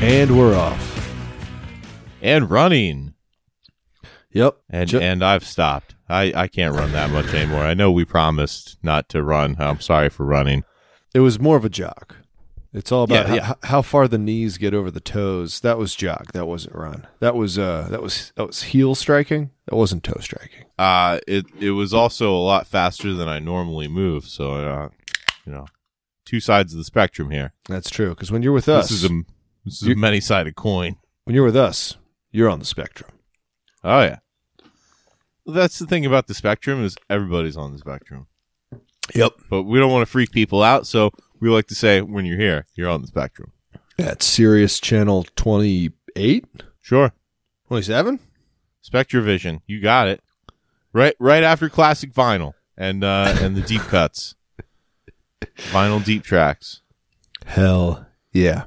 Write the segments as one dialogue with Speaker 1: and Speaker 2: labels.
Speaker 1: And we're off.
Speaker 2: and running.
Speaker 1: Yep.
Speaker 2: And
Speaker 1: Ju-
Speaker 2: and I've stopped. I I can't run that much anymore. I know we promised not to run. I'm sorry for running.
Speaker 1: it was more of a jog. It's all about
Speaker 2: Yeah,
Speaker 1: ho-
Speaker 2: yeah.
Speaker 1: ho- how far the knees get over the toes. That was jog. That wasn't run. That was uh that was that was heel striking. That wasn't toe striking.
Speaker 2: Uh it it was also a lot faster than I normally move. So uh, you know, two sides of the spectrum here.
Speaker 1: That's true because when you're with us,
Speaker 2: This is a this is
Speaker 1: You-
Speaker 2: a many sided coin.
Speaker 1: when you're with us, you're on the spectrum.
Speaker 2: Oh yeah. That's the thing about the spectrum is everybody's on the spectrum.
Speaker 1: Yep.
Speaker 2: But we don't want to freak people out, so we like to say when you're here, you're on the spectrum.
Speaker 1: At Sirius Channel 28,
Speaker 2: Sure.
Speaker 1: 27.
Speaker 2: Spectrovision, you got it. Right right after classic vinyl and uh and the deep cuts. Vinyl deep tracks.
Speaker 1: Hell yeah!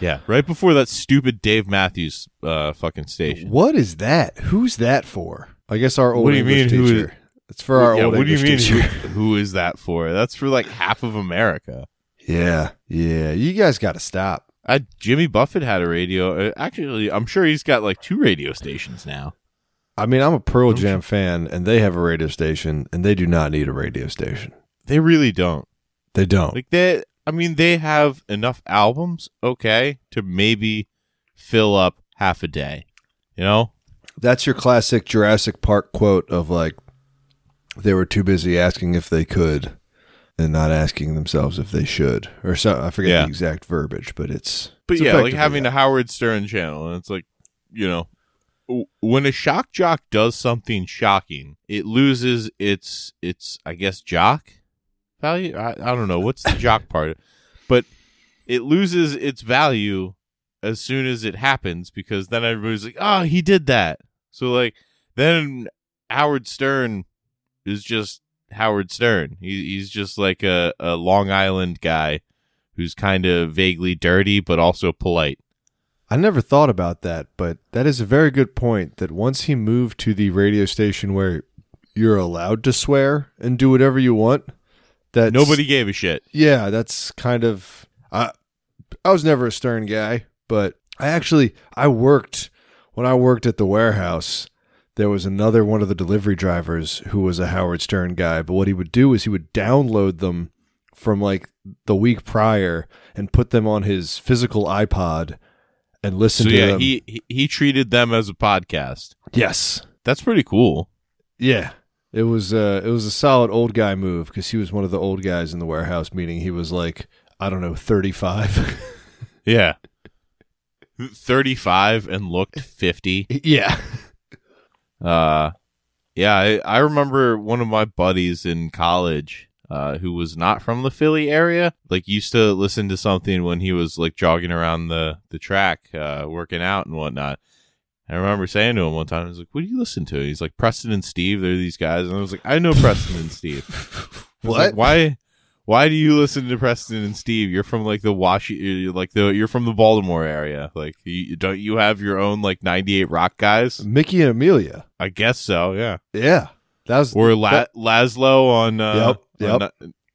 Speaker 2: Yeah. Right before that stupid Dave Matthews uh fucking station.
Speaker 1: What is that? Who's that for? I guess our old
Speaker 2: What do you
Speaker 1: English
Speaker 2: mean, who
Speaker 1: teacher. it's for our
Speaker 2: yeah,
Speaker 1: old
Speaker 2: what do you
Speaker 1: English
Speaker 2: mean
Speaker 1: teacher.
Speaker 2: who, who is that for? That's for like half of America.
Speaker 1: Yeah, yeah. You guys got to stop.
Speaker 2: I, Jimmy Buffett had a radio. uh, Actually, I'm sure he's got like two radio stations now.
Speaker 1: I mean, I'm a Pearl
Speaker 2: Don't
Speaker 1: Jam fan, and they have a radio station, and they do not need a radio station.
Speaker 2: They really don't.
Speaker 1: They don't.
Speaker 2: Like they I mean they have enough albums, okay, to maybe fill up half a day. You know?
Speaker 1: That's your classic Jurassic Park quote of like, they were too busy asking if they could, and not asking themselves if they should, or so. I forget
Speaker 2: Yeah.
Speaker 1: the exact verbiage, but it's.
Speaker 2: But
Speaker 1: it's
Speaker 2: yeah, like
Speaker 1: effectively
Speaker 2: having
Speaker 1: that.
Speaker 2: a Howard Stern channel and it's like, you know, w- when a shock jock does something shocking, it loses its its I guess jock value. I, I don't know what's the jock part. But it loses its value as soon as it happens because then everybody's like, "Oh, he did that." So like then Howard Stern is just Howard Stern. He, he's just like a, a Long Island guy who's kind of vaguely dirty but also polite.
Speaker 1: I never thought about that, but that is a very good point. That once he moved to the radio station where you're allowed to swear and do whatever you want, that
Speaker 2: Nobody gave a shit.
Speaker 1: Yeah, that's kind of I I was never a stern guy, but I actually I worked when I worked at the warehouse, there was another one of the delivery drivers who was a Howard Stern guy, but what he would do is he would download them from like the week prior and put them on his physical iPod and listen
Speaker 2: So
Speaker 1: to
Speaker 2: yeah,
Speaker 1: them.
Speaker 2: he, he he treated them as a podcast.
Speaker 1: yes.
Speaker 2: That's pretty cool.
Speaker 1: Yeah. It was uh it was a solid old guy move because he was one of the old guys in the warehouse meaning he was like, I don't know, thirty five.
Speaker 2: Yeah. 35 and looked 50.
Speaker 1: yeah.
Speaker 2: Uh yeah, I, I remember one of my buddies in college uh who was not from the Philly area, like used to listen to something when he was like jogging around the the track, uh working out and whatnot. I remember saying to him one time, I was like, What do you listen to? He's like, Preston and Steve, they're these guys. And I was like, I know Preston and Steve. I was
Speaker 1: What?
Speaker 2: like, why? Why do you listen to Preston and Steve? You're from like the Washi, you're, like the you're from the Baltimore area. Like, you, don't you have your own like '98 rock guys?
Speaker 1: Mickey and Amelia.
Speaker 2: I guess so. Yeah.
Speaker 1: Yeah. That was
Speaker 2: Or La- Laszlo on uh,
Speaker 1: Yep,
Speaker 2: on, uh,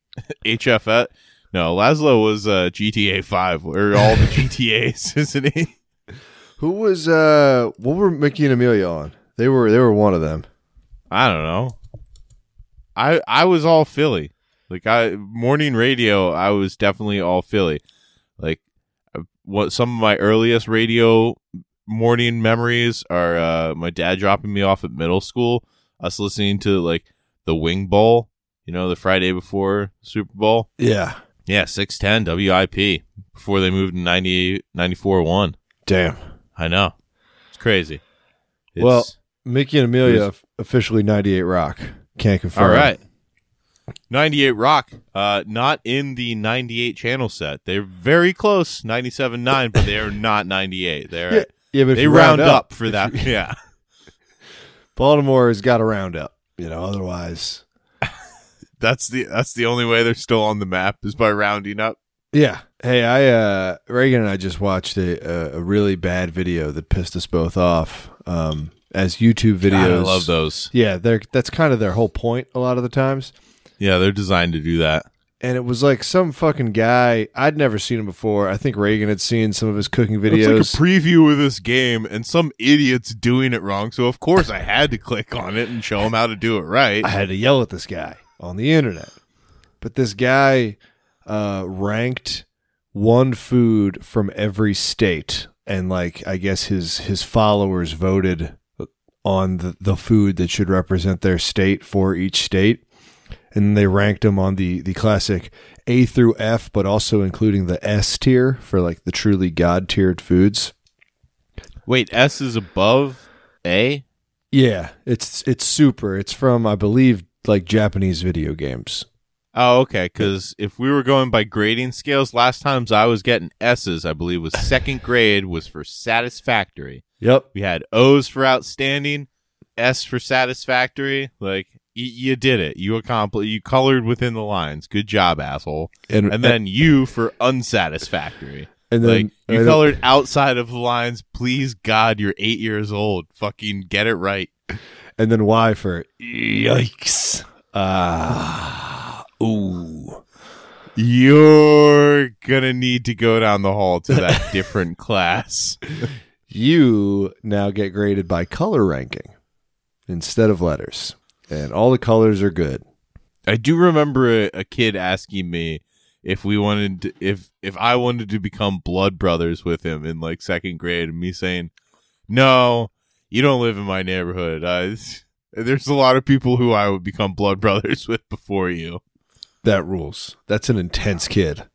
Speaker 2: HFS. No, Laszlo was uh, GTA Five or all the GTA's, isn't he?
Speaker 1: who was uh what were Mickey and Amelia on? They were they were one of them.
Speaker 2: I don't know. I I was all Philly. Like I morning radio, I was definitely all Philly. Like uh, what some of my earliest radio morning memories are uh, my dad dropping me off at middle school, us listening to like the Wing Bowl, you know, the Friday before Super Bowl.
Speaker 1: Yeah.
Speaker 2: Yeah, 610 WIP before they moved to 90, 94 1.
Speaker 1: Damn.
Speaker 2: I know. It's crazy. It's,
Speaker 1: Well, Mickey and Amelia
Speaker 2: Who's-
Speaker 1: f- officially 98 Rock. Can't confirm.
Speaker 2: all right. 98 Rock, uh, not in the 98 channel set. They're very close, 97.9, but they're not 98. They're,
Speaker 1: Yeah, yeah, but if
Speaker 2: they
Speaker 1: you
Speaker 2: round up, for that. yeah.
Speaker 1: Baltimore has got a round up, you know, otherwise.
Speaker 2: That's the that's the only way they're still on the map is by rounding up.
Speaker 1: Yeah. Hey, I uh Reagan and I just watched a a, a really bad video that pissed us both off. Um as YouTube videos.
Speaker 2: God, I love those.
Speaker 1: Yeah, they're that's kind of their whole point a lot of the times.
Speaker 2: Yeah, they're designed to do that.
Speaker 1: and it was like some fucking guy I'd never seen him before. I think Reagan had seen some of his cooking
Speaker 2: It's like
Speaker 1: videos.
Speaker 2: a preview of this game, and some idiot's doing it wrong. So of course I had to click on it and show him how to do it right.
Speaker 1: I had to yell at this guy on the internet. But this guy uh, ranked one food from every state, and like I guess his his followers voted on the, the food that should represent their state for each state, and they ranked them on the the classic A through F, but also including the S tier for like the truly god tiered foods.
Speaker 2: Wait, S is above A.
Speaker 1: Yeah, it's it's super. It's from I believe like Japanese video games.
Speaker 2: Oh, okay. Because if we were going by grading scales, last times I was getting S's, I believe was second grade was for satisfactory.
Speaker 1: Yep.
Speaker 2: We had O's for outstanding, S for satisfactory. Like y- you did it. You accomplished. You colored within the lines. Good job, asshole. And then U for unsatisfactory.
Speaker 1: and
Speaker 2: Like
Speaker 1: and
Speaker 2: you
Speaker 1: then-
Speaker 2: colored outside of the lines. Please God, you're eight years old. Fucking get it right.
Speaker 1: and then Y for yikes. Ah, ooh.
Speaker 2: You're gonna need to go down the hall to that different class.
Speaker 1: You now get graded by color ranking instead of letters, and all the colors are good.
Speaker 2: I do remember a, a kid asking me if we wanted to, if if I wanted to become blood brothers with him in like second grade, and me saying, "No, you don't live in my neighborhood. I, there's a lot of people who I would become blood brothers with before you."
Speaker 1: That rules. That's an intense kid.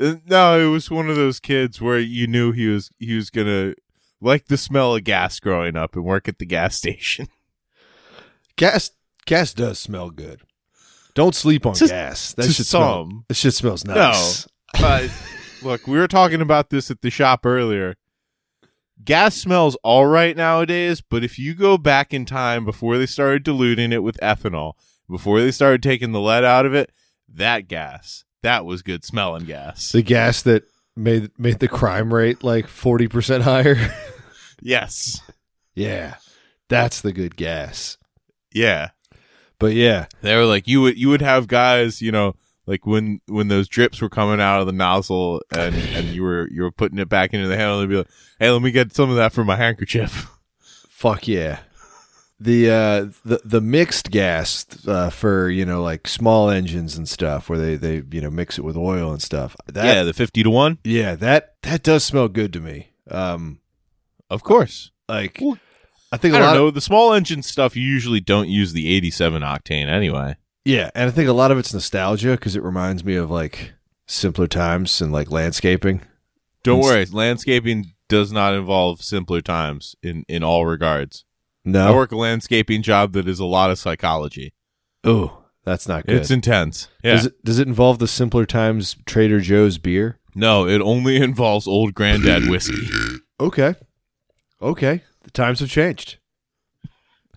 Speaker 2: Uh, No, it was one of those kids where you knew he was he was gonna like the smell of gas growing up and work at the gas station.
Speaker 1: Gas, gas does smell good. Don't sleep on
Speaker 2: To-
Speaker 1: gas. That
Speaker 2: to
Speaker 1: shit smell,
Speaker 2: some.
Speaker 1: That shit smells nice.
Speaker 2: but look, we were talking about this at the shop earlier. Gas smells all right nowadays, but if you go back in time before they started diluting it with ethanol, before they started taking the lead out of it, that gas, that was good smelling gas.
Speaker 1: The gas that made made the crime rate like forty percent higher.
Speaker 2: Yes.
Speaker 1: yeah, that's the good gas.
Speaker 2: Yeah.
Speaker 1: But yeah,
Speaker 2: They were like you would you would have guys, you know, like when when those drips were coming out of the nozzle and and you were you were putting it back into the handle, they'd be like, "Hey, let me get some of that for my handkerchief."
Speaker 1: Fuck yeah. The uh the the mixed gas uh, for you know like small engines and stuff where they they you know mix it with oil and stuff. That,
Speaker 2: yeah, the fifty to one,
Speaker 1: yeah, that that does smell good to me. Um,
Speaker 2: of course.
Speaker 1: like
Speaker 2: Well,
Speaker 1: I think a
Speaker 2: I don't
Speaker 1: lot of-
Speaker 2: know. the small engine stuff you usually don't use the eighty-seven octane anyway.
Speaker 1: yeah, and I think a lot of it's nostalgia because it reminds me of like simpler times and like landscaping.
Speaker 2: Don't
Speaker 1: It's-
Speaker 2: worry, landscaping does not involve simpler times in in all regards. I
Speaker 1: No,
Speaker 2: work a landscaping job that is a lot of psychology.
Speaker 1: oh, that's not good.
Speaker 2: It's intense. Yeah.
Speaker 1: Does it does it involve the simpler times Trader Joe's beer?
Speaker 2: no, it only involves old granddad whiskey.
Speaker 1: Okay, okay, the times have changed.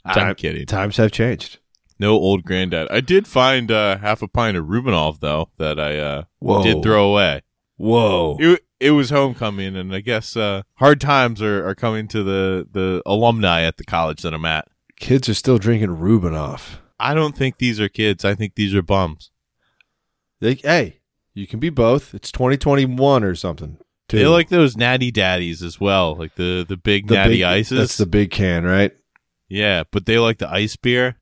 Speaker 2: I'm
Speaker 1: Time-
Speaker 2: kidding.
Speaker 1: Times have changed.
Speaker 2: No old granddad. I did find uh, half a pint of Rubinov though that I uh,
Speaker 1: Whoa.
Speaker 2: did throw away.
Speaker 1: Whoa.
Speaker 2: It, it was homecoming, and I guess uh, hard times are, are coming to the, the alumni at the college that I'm at.
Speaker 1: Kids are still drinking Rubinoff.
Speaker 2: I don't think these are kids. I think these are bums.
Speaker 1: They, hey, you can be both. It's 2021 or something. too.
Speaker 2: They like those natty daddies as well, like the the big natty
Speaker 1: big,
Speaker 2: ices.
Speaker 1: That's the big can, right?
Speaker 2: yeah, but they like the ice beer.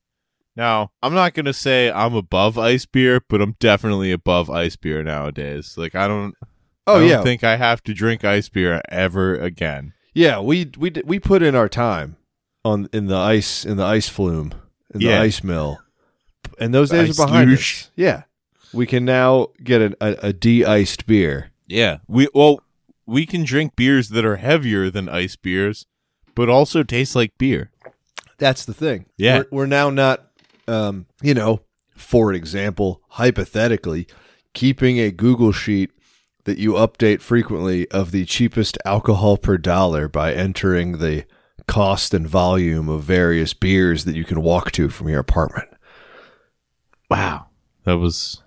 Speaker 2: Now, I'm not gonna say I'm above ice beer, but I'm definitely above ice beer nowadays. Like I don't. I
Speaker 1: Oh
Speaker 2: don't
Speaker 1: yeah,
Speaker 2: think I have to drink ice beer ever again.
Speaker 1: yeah. We we d- we put in our time on in the ice in the ice flume in
Speaker 2: Yeah.
Speaker 1: the ice mill, and those
Speaker 2: The
Speaker 1: days
Speaker 2: ice
Speaker 1: are behind
Speaker 2: luge.
Speaker 1: us. Yeah, we can now get an, a, a de-iced beer.
Speaker 2: Yeah. We well, we can drink beers that are heavier than ice beers, but also taste like beer.
Speaker 1: That's the thing.
Speaker 2: Yeah.
Speaker 1: We're, we're now not, um, you know, for example, hypothetically, keeping a Google sheet that you update frequently of the cheapest alcohol per dollar by entering the cost and volume of various beers that you can walk to from your apartment.
Speaker 2: Wow. That was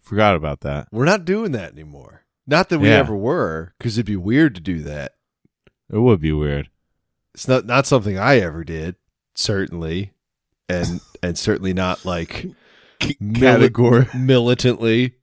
Speaker 2: forgot about that.
Speaker 1: We're not doing that anymore. Not that we
Speaker 2: Yeah.
Speaker 1: ever were, because it'd be weird to do that.
Speaker 2: It would be weird.
Speaker 1: It's not not something I ever did, certainly, and and certainly not like mili-
Speaker 2: Category.
Speaker 1: militantly.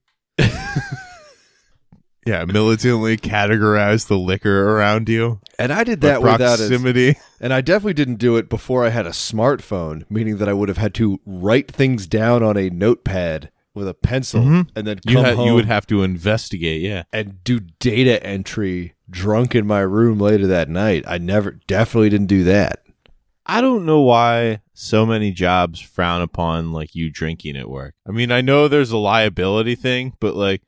Speaker 2: Yeah, militantly categorize the liquor around you.
Speaker 1: And I did
Speaker 2: by
Speaker 1: that without a,
Speaker 2: proximity.
Speaker 1: and I definitely didn't do it before I had a smartphone, meaning that I would have had to write things down on a notepad with a pencil
Speaker 2: Mhm.
Speaker 1: and then
Speaker 2: you
Speaker 1: come
Speaker 2: ha-
Speaker 1: home
Speaker 2: you would have to investigate. Yeah,
Speaker 1: and do data entry drunk in my room later that night. I never definitely didn't do that.
Speaker 2: I don't know why so many jobs frown upon like you drinking at work. I mean, I know there's a liability thing, but like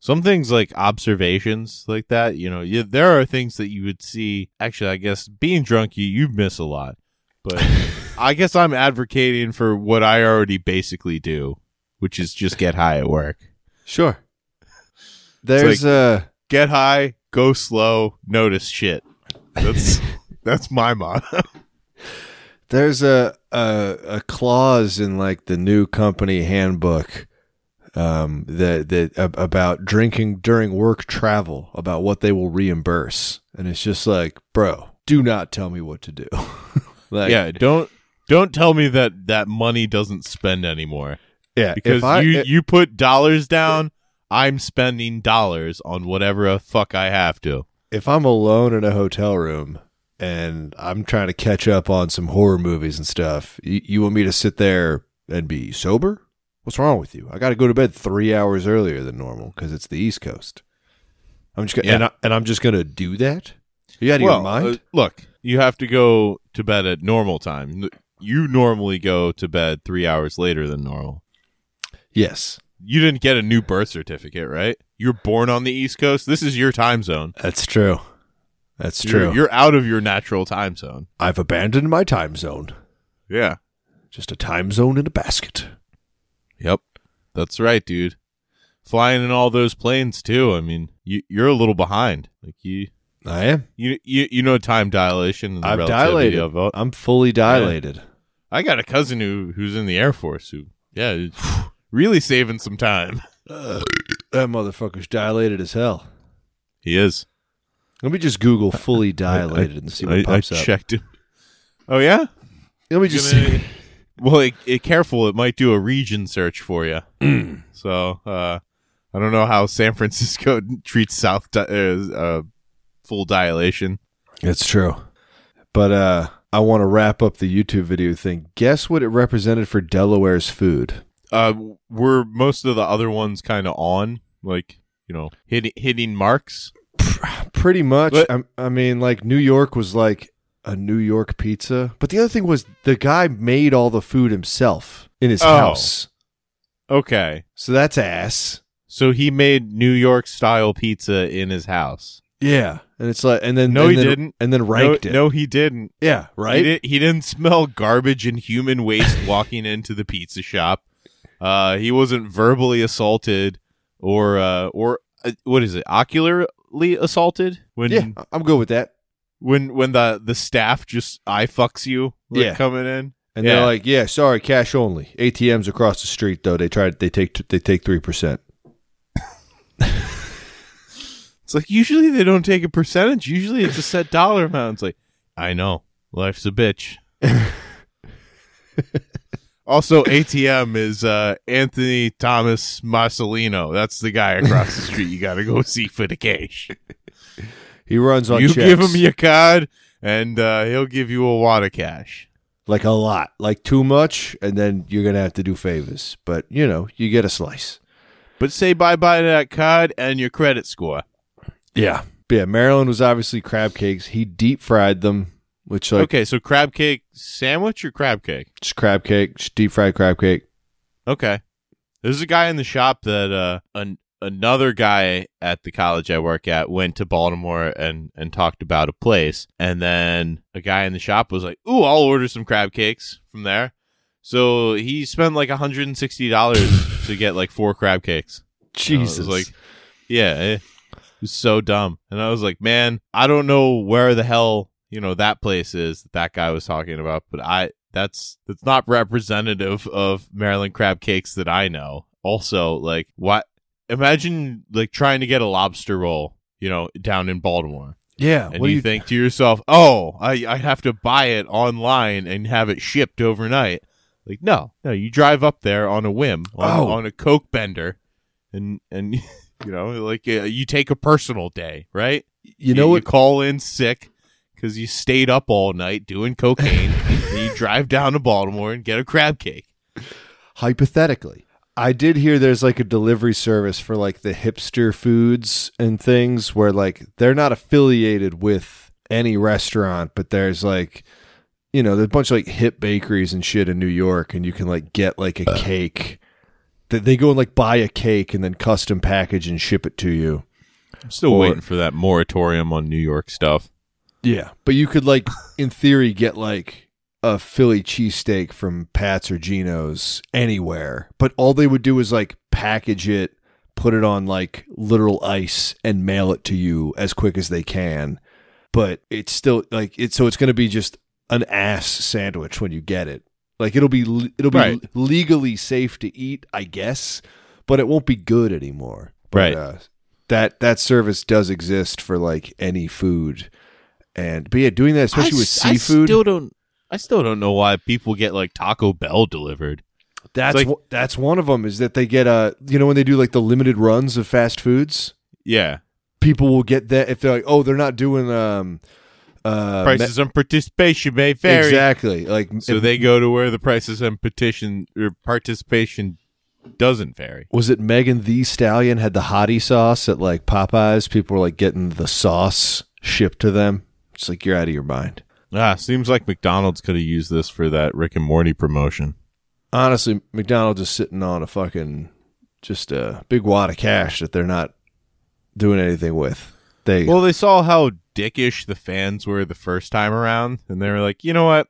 Speaker 2: some things like observations like that, you know, yeah, there are things that you would see. Actually, I guess being drunk, you you miss a lot, but I guess I'm advocating for what I already basically do, which is just get high at work.
Speaker 1: Sure. There's uh
Speaker 2: Get high, go slow, notice shit. That's that's my motto.
Speaker 1: there's a, a a clause in like the new company handbook um that that ab- about drinking during work travel about what they will reimburse and it's just like bro do not tell me what to do like
Speaker 2: yeah, don't don't tell me that that money doesn't spend anymore
Speaker 1: yeah
Speaker 2: because
Speaker 1: if I,
Speaker 2: you
Speaker 1: i-
Speaker 2: you put dollars down. I'm spending dollars on whatever the fuck I have to.
Speaker 1: if i'm alone in a hotel room and i'm trying to catch up on some horror movies and stuff you, you want me to sit there and be sober what's wrong with you i got to go to bed 3 hours earlier than normal cuz it's the east coast i'm just gonna,
Speaker 2: Yeah.
Speaker 1: and, I, and i'm just going to do that Are you out of your mind
Speaker 2: uh, look, you have to go to bed at normal time. N- You normally go to bed three hours later than normal.
Speaker 1: yes
Speaker 2: You didn't get a new birth certificate, right? You're born on the East Coast. This is your time zone.
Speaker 1: that's true that's
Speaker 2: You're-
Speaker 1: true
Speaker 2: you're out of your natural time zone.
Speaker 1: i've abandoned my time zone
Speaker 2: Yeah.
Speaker 1: just a time zone in a basket
Speaker 2: Yep. That's right, dude. Flying in all those planes too. I mean, you you're a little behind. Like you
Speaker 1: i am
Speaker 2: you you, you know time dilation and the
Speaker 1: i've
Speaker 2: relativity
Speaker 1: dilated
Speaker 2: of it.
Speaker 1: i'm fully dilated
Speaker 2: I got a cousin who who's in the Air Force who yeah, is really saving some time.
Speaker 1: that motherfucker's dilated as hell
Speaker 2: He is.
Speaker 1: Let me just Google fully dilated and see what
Speaker 2: I,
Speaker 1: pops
Speaker 2: I
Speaker 1: up.
Speaker 2: checked him. Oh yeah?
Speaker 1: Let me just
Speaker 2: Gonna-
Speaker 1: see.
Speaker 2: well, it, it, careful, it might do a region search for you.
Speaker 1: Hmm.
Speaker 2: so, uh, I don't know how San Francisco treats South di- uh, uh, full dilation.
Speaker 1: It's true. But uh I want to wrap up the YouTube video thing. Guess what it represented for Delaware's food?
Speaker 2: uh were most of the other ones kind of on like you know hit, hitting marks
Speaker 1: Pretty much.
Speaker 2: What?
Speaker 1: I, I mean, like New York was like a New York pizza. But the other thing was the guy made all the food himself in his
Speaker 2: Oh.
Speaker 1: house.
Speaker 2: okay
Speaker 1: So that's ass.
Speaker 2: so he made new york style pizza in his house
Speaker 1: Yeah. And it's like, and then
Speaker 2: No,
Speaker 1: and
Speaker 2: he
Speaker 1: then-
Speaker 2: didn't.
Speaker 1: And then
Speaker 2: no,
Speaker 1: ranked it.
Speaker 2: no he didn't
Speaker 1: Yeah. Right.
Speaker 2: he, did, he didn't smell garbage and human waste walking into the pizza shop uh he wasn't verbally assaulted or uh or uh, what is it ocularly assaulted when
Speaker 1: Yeah. I- I'm good with that.
Speaker 2: when when the the staff just eye fucks you like,
Speaker 1: Yeah.
Speaker 2: coming in
Speaker 1: And
Speaker 2: Yeah.
Speaker 1: they're like, "Yeah, sorry, cash only. ATMs across the street, though they try they take they take three percent.
Speaker 2: It's like usually they don't take a percentage. Usually it's a set dollar amount. It's like, I know. Life's a bitch. also, ATM is uh, Anthony Thomas Marcelino. That's the guy across the street you got to go see for the cash.
Speaker 1: He runs on
Speaker 2: you
Speaker 1: checks,
Speaker 2: give him your card, and uh, he'll give you a wad of cash.
Speaker 1: like a lot, like too much, and then you're gonna have to do favors. But you know, you get a slice.
Speaker 2: But say bye bye to that card and your credit score.
Speaker 1: Yeah, but yeah. Maryland was obviously crab cakes. He deep fried them, which like
Speaker 2: okay, so crab cake sandwich or crab cake?
Speaker 1: just crab cake, just deep fried crab cake.
Speaker 2: Okay. There's a guy in the shop that uh an, another guy at the college I work at went to Baltimore and and talked about a place and then a guy in the shop was like, "Ooh, I'll order some crab cakes from there." So he spent like $160 to get like four crab cakes. And I was
Speaker 1: Jesus,
Speaker 2: like yeah, eh, it was so dumb. And I was like, "Man, I don't know where the hell, you know, that place is that that guy was talking about, but I that's that's not representative of Maryland crab cakes that I know." Also, like what imagine like trying to get a lobster roll, you know, down in Baltimore.
Speaker 1: yeah.
Speaker 2: And
Speaker 1: What do
Speaker 2: you,
Speaker 1: you think?
Speaker 2: think to yourself, "Oh, I I have to buy it online and have it shipped overnight." Like no, no, you drive up there on a whim, on,
Speaker 1: Oh.
Speaker 2: on a coke bender, and and you know like uh, you take a personal day, right?
Speaker 1: You know what?
Speaker 2: You call in sick because you stayed up all night doing cocaine. and you drive down to Baltimore and get a crab cake.
Speaker 1: hypothetically i did hear there's like a delivery service for like the hipster foods and things where like they're not affiliated with any restaurant but there's like you know there's a bunch of like hip bakeries and shit in new york and you can like get like a cake that they go and like buy a cake and then custom package and ship it to you
Speaker 2: I'm still
Speaker 1: Or-
Speaker 2: waiting for that moratorium on New York stuff.
Speaker 1: yeah but you could like in theory get like a philly cheesesteak from pat's or gino's anywhere but all they would do is like package it put it on like literal ice and mail it to you as quick as they can. But it's still like it's so it's going to be just an ass sandwich when you get it. Like it'll be le- it'll be
Speaker 2: Right.
Speaker 1: legally safe to eat, I guess, but it won't be good anymore. But,
Speaker 2: Right.
Speaker 1: Uh, that that service does exist for like any food. And but yeah, doing that especially with
Speaker 2: I s- I
Speaker 1: seafood,
Speaker 2: still don't. I still don't know why people get like Taco Bell delivered.
Speaker 1: that's
Speaker 2: like-
Speaker 1: one- that's one of them is that they get a you know when they do like the limited runs of fast foods.
Speaker 2: Yeah,
Speaker 1: people will get that if they're like, oh, they're not doing um uh
Speaker 2: prices on participation may
Speaker 1: ma-
Speaker 2: vary.
Speaker 1: exactly like
Speaker 2: So they go to where the prices on petition or participation doesn't vary.
Speaker 1: was it Megan the Stallion had the hottie sauce at like Popeyes? People were like getting the sauce shipped to them. It's like you're out of your mind.
Speaker 2: Ah, seems like McDonald's could have used this for that Rick and Morty promotion.
Speaker 1: Honestly, McDonald's is sitting on a fucking just a big wad of cash that they're not doing anything with. They
Speaker 2: Well, they saw how dickish the fans were the first time around, and they were like, you know what?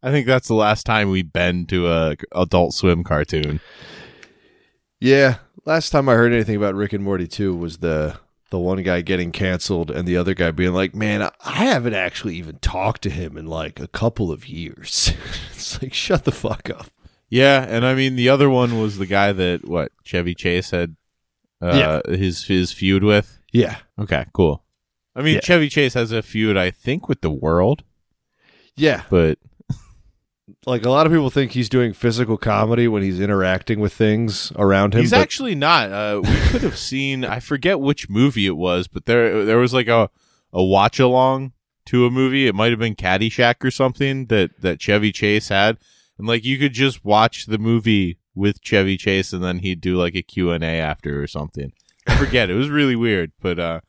Speaker 2: I think that's the last time we bend to a Adult Swim cartoon.
Speaker 1: Yeah. Last time I heard anything about Rick and Morty 2 was the the one guy getting canceled and the other guy being like, "Man, I- I haven't actually even talked to him in like a couple of years." it's like, "Shut the fuck up."
Speaker 2: Yeah, and I mean the other one was the guy that what Chevy Chase had uh, his his feud with.
Speaker 1: Yeah.
Speaker 2: Okay, cool. I mean
Speaker 1: Yeah.
Speaker 2: Chevy Chase has a feud, I think, with the world,
Speaker 1: Yeah.
Speaker 2: but
Speaker 1: Like a lot of people think he's doing physical comedy when he's interacting with things around him.
Speaker 2: he's
Speaker 1: but-
Speaker 2: actually not. Uh, we could have seen I forget which movie it was, but there there was like a a watch along to a movie. It might have been Caddyshack or something that that Chevy Chase had, and like you could just watch the movie with Chevy Chase, and then he'd do like a Q and A after or something. I forget. it was really weird, but uh,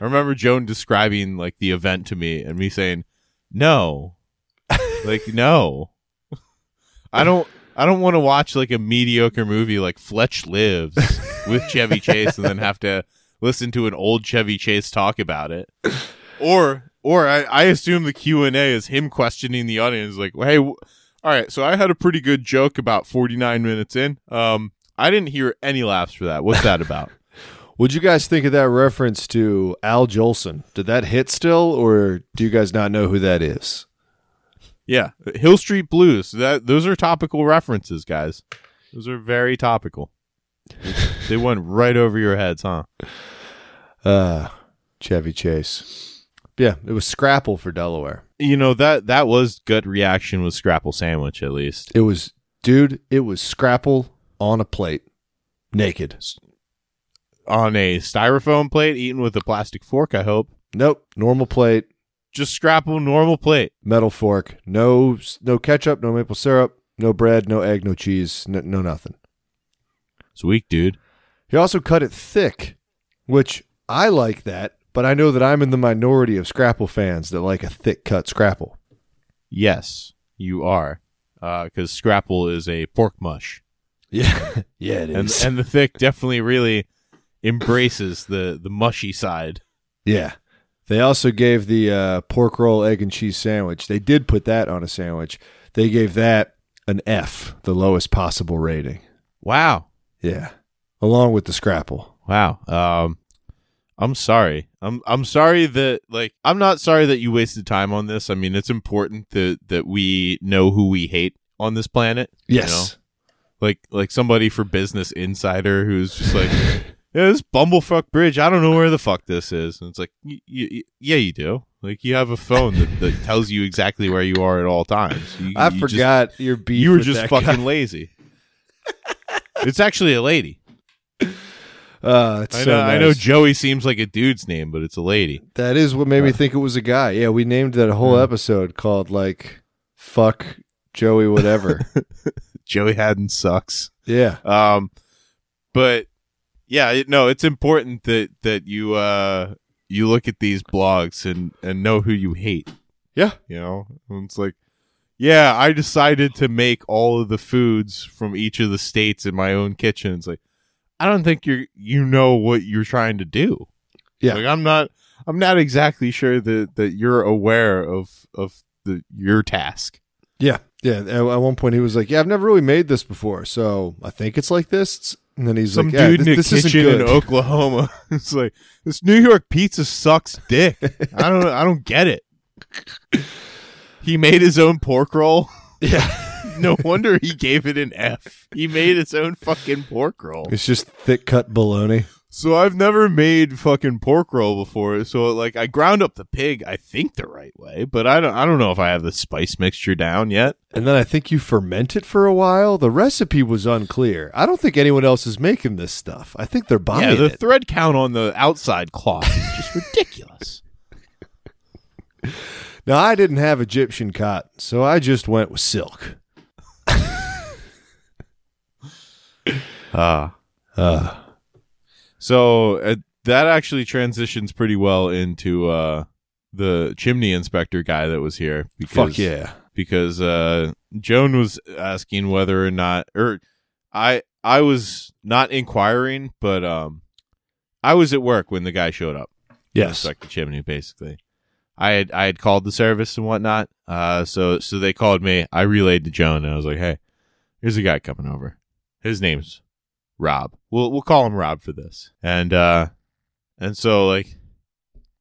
Speaker 2: I remember Joan describing like the event to me, and me saying, "No, like no, I don't." I don't want to watch like a mediocre movie like Fletch Lives with Chevy Chase and then have to listen to an old Chevy Chase talk about it. Or or I, I assume the Q and A is him questioning the audience like, hey, w- all right, so I had a pretty good joke about forty nine minutes in. Um, I didn't hear any laughs for that. What's that about?
Speaker 1: what'd you guys think of that reference to Al Jolson? Did that hit still or do you guys not know who that is?
Speaker 2: yeah, Hill Street Blues. That those are topical references, guys. Those are very topical. they went right over your heads, huh?
Speaker 1: Uh Chevy Chase. Yeah, it was Scrapple for Delaware.
Speaker 2: you know that that was gut reaction with scrapple sandwich at least
Speaker 1: It was, dude, it was scrapple on a plate, naked.
Speaker 2: on a styrofoam plate eaten with a plastic fork i hope
Speaker 1: Nope, normal plate,
Speaker 2: just scrapple normal plate
Speaker 1: metal fork. No, no ketchup, no maple syrup, no bread, no egg, no cheese, no, no nothing.
Speaker 2: it's weak dude
Speaker 1: He also cut it thick, which I like that, but I know that I'm in the minority of scrapple fans that like a thick cut scrapple.
Speaker 2: yes you are because scrapple is a pork mush
Speaker 1: Yeah, yeah, it
Speaker 2: and, and the thick definitely really embraces the the mushy side
Speaker 1: Yeah. They also gave the uh, pork roll, egg, and cheese sandwich. They did put that on a sandwich. They gave that an F, the lowest possible rating.
Speaker 2: wow
Speaker 1: Yeah. Along with the scrapple.
Speaker 2: wow um i'm sorry i'm i'm sorry that like i'm not sorry that you wasted time on this i mean it's important that that we know who we hate on this planet you know?
Speaker 1: Yes.
Speaker 2: like like somebody for Business Insider who's just like, yeah, this bumblefuck bridge. I don't know where the fuck this is. And it's like, y- y- y- yeah, you do. Like you have a phone that, that tells you exactly where you are at all times. You,
Speaker 1: I
Speaker 2: you just-
Speaker 1: forgot your beef.
Speaker 2: you were
Speaker 1: with
Speaker 2: just
Speaker 1: that
Speaker 2: fucking
Speaker 1: guy.
Speaker 2: lazy. it's actually a lady.
Speaker 1: Uh, it's
Speaker 2: I know.
Speaker 1: so
Speaker 2: I know.
Speaker 1: nice.
Speaker 2: Joey seems like a dude's name, but it's a lady.
Speaker 1: That is what made me think it was a guy. Yeah, we named that whole
Speaker 2: Yeah.
Speaker 1: episode called like "Fuck Joey Whatever."
Speaker 2: Joey Haddon sucks.
Speaker 1: yeah,
Speaker 2: Um, but yeah, it, no, it's important that that you uh you look at these blogs and and know who you hate.
Speaker 1: Yeah.
Speaker 2: you know, and it's like, yeah, I decided to make all of the foods from each of the states in my own kitchen. It's like, I don't think you're you know what you're trying to do.
Speaker 1: Yeah.
Speaker 2: like I'm not I'm not exactly sure that that you're aware of of the your task.
Speaker 1: yeah, yeah. At, at one point, he was like, "Yeah, I've never really made this before, so I think it's like this." And then he's
Speaker 2: Some
Speaker 1: like, yeah,
Speaker 2: dude
Speaker 1: this,
Speaker 2: in a
Speaker 1: this isn't
Speaker 2: kitchen in
Speaker 1: good.
Speaker 2: Oklahoma. It's like this New York pizza sucks dick. I don't I don't get it. He made his own pork roll.
Speaker 1: yeah,
Speaker 2: No wonder he gave it an F. He made his own fucking pork roll.
Speaker 1: it's just thick cut bologna.
Speaker 2: So I've never made fucking pork roll before. So like I ground up the pig, I think the right way, but I don't I don't know if I have the spice mixture down yet.
Speaker 1: And then I think you ferment it for a while. The recipe was unclear. I don't think anyone else is making this stuff. I think they're buying
Speaker 2: yeah, the
Speaker 1: it.
Speaker 2: thread count on the outside cloth is just ridiculous.
Speaker 1: Now, I didn't have Egyptian cotton, so I just went with silk.
Speaker 2: Ah.
Speaker 1: Uh,
Speaker 2: So uh, that actually transitions pretty well into uh, the chimney inspector guy that was here. Because,
Speaker 1: fuck yeah.
Speaker 2: Because uh, Joan was asking whether or not, or I, I was not inquiring, but um, I was at work when the guy showed up. to
Speaker 1: Yes.
Speaker 2: inspect the chimney. Basically, I had I had called the service and whatnot. Uh, so so they called me. I relayed to Joan, and I was like, "Hey, here's a guy coming over. His name's Rob. We'll we'll call him Rob for this." And uh, and so like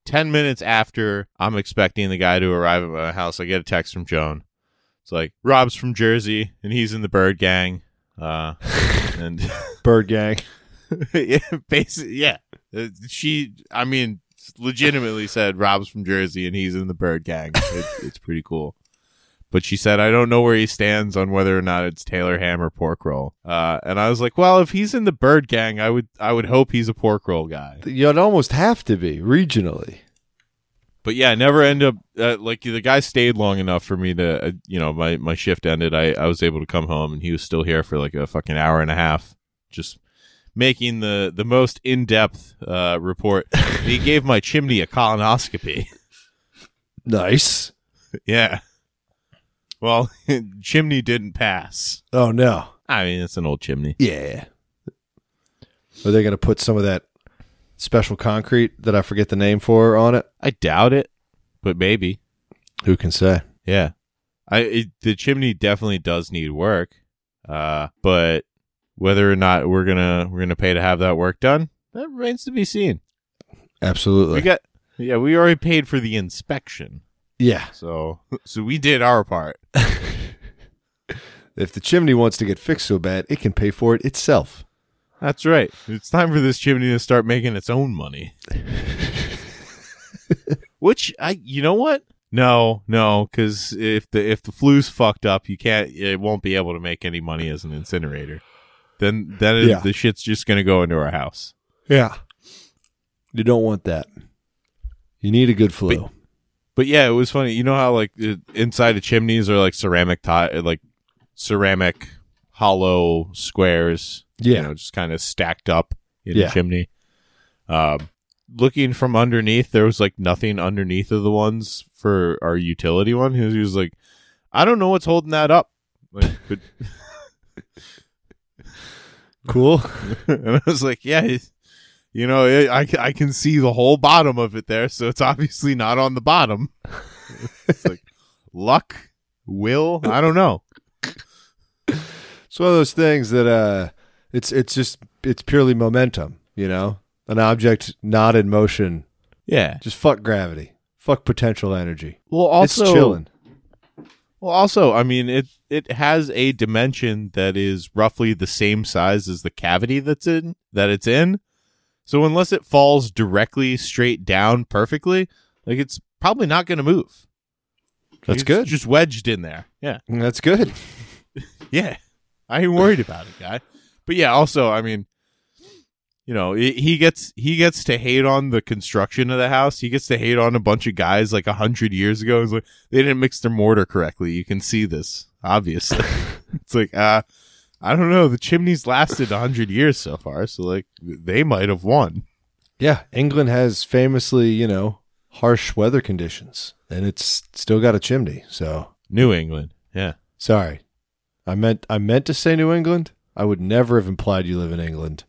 Speaker 2: ten minutes after I'm expecting the guy to arrive at my house, I get a text from Joan. It's like Rob's from Jersey, and he's in the Bird Gang. Uh, and
Speaker 1: Bird gang.
Speaker 2: yeah, basically, yeah. Uh, She, I mean, legitimately said Rob's from Jersey and he's in the Bird Gang. It, it's pretty cool. But she said, I don't know where he stands on whether or not it's Taylor Ham or pork roll. Uh, and I was like, well, if he's in the Bird Gang, I would, I would hope he's a pork roll guy.
Speaker 1: You'd almost have to be regionally.
Speaker 2: But yeah, I never end up uh, like the guy stayed long enough for me to, uh, you know, my my shift ended. I I was able to come home and he was still here for like a fucking hour and a half, just making the the most in depth uh, report. he gave my chimney a colonoscopy.
Speaker 1: Nice.
Speaker 2: yeah. Well, chimney didn't pass.
Speaker 1: Oh, no.
Speaker 2: I mean, it's an old chimney.
Speaker 1: Yeah. Are they going to put some of that special concrete that I forget the name for on it?
Speaker 2: I doubt it, but maybe.
Speaker 1: Who can say?
Speaker 2: Yeah. I it, the chimney definitely does need work. Uh but whether or not we're going to we're going to pay to have that work done, that remains to be seen. We
Speaker 1: Absolutely.
Speaker 2: got Yeah, we already paid for the inspection.
Speaker 1: yeah.
Speaker 2: So so we did our part.
Speaker 1: If the chimney wants to get fixed so bad, it can pay for it itself.
Speaker 2: That's right. It's time for this chimney to start making its own money. Which I you know what? No, no, cuz if the if the flu's fucked up, you can't it won't be able to make any money as an incinerator. Then then it-
Speaker 1: Yeah.
Speaker 2: the shit's just going to go into our house.
Speaker 1: Yeah. You don't want that. You need a good flu.
Speaker 2: But- But yeah, it was funny. You know how like it, inside of chimneys are like ceramic ti like ceramic hollow squares.
Speaker 1: yeah.
Speaker 2: you know, just kind of stacked up in
Speaker 1: Yeah.
Speaker 2: the chimney. Um, looking from underneath, there was like nothing underneath of the ones for our utility one. He was, he was like, I don't know what's holding that up. Like, but,
Speaker 1: cool.
Speaker 2: and I was like, yeah. it- You know, it, I, ca- I can see the whole bottom of it there, so it's obviously not on the bottom. it's like luck, will, I don't know.
Speaker 1: It's one of those things that uh it's it's just it's purely momentum, you know? An object not in motion.
Speaker 2: Yeah.
Speaker 1: Just fuck gravity. Fuck potential energy.
Speaker 2: Well, also,
Speaker 1: it's chilling.
Speaker 2: Well, also, I mean, it it has a dimension that is roughly the same size as the cavity that's in that it's in. So unless it falls directly straight down perfectly, like it's probably not going to move.
Speaker 1: That's
Speaker 2: He's
Speaker 1: good.
Speaker 2: Just wedged in there. Yeah.
Speaker 1: That's good.
Speaker 2: Yeah. I ain't worried about it, guy. But yeah, also, I mean, you know, he he gets he gets to hate on the construction of the house. He gets to hate on a bunch of guys like a hundred years ago. He's like, they didn't mix their mortar correctly. You can see this, obviously. it's like, uh, I don't know. The chimney's lasted a hundred years so far, so like they might have won.
Speaker 1: Yeah, England has famously, you know, harsh weather conditions, and it's still got a chimney. So
Speaker 2: New England, yeah.
Speaker 1: sorry, I meant I meant to say New England. I would never have implied you live in England.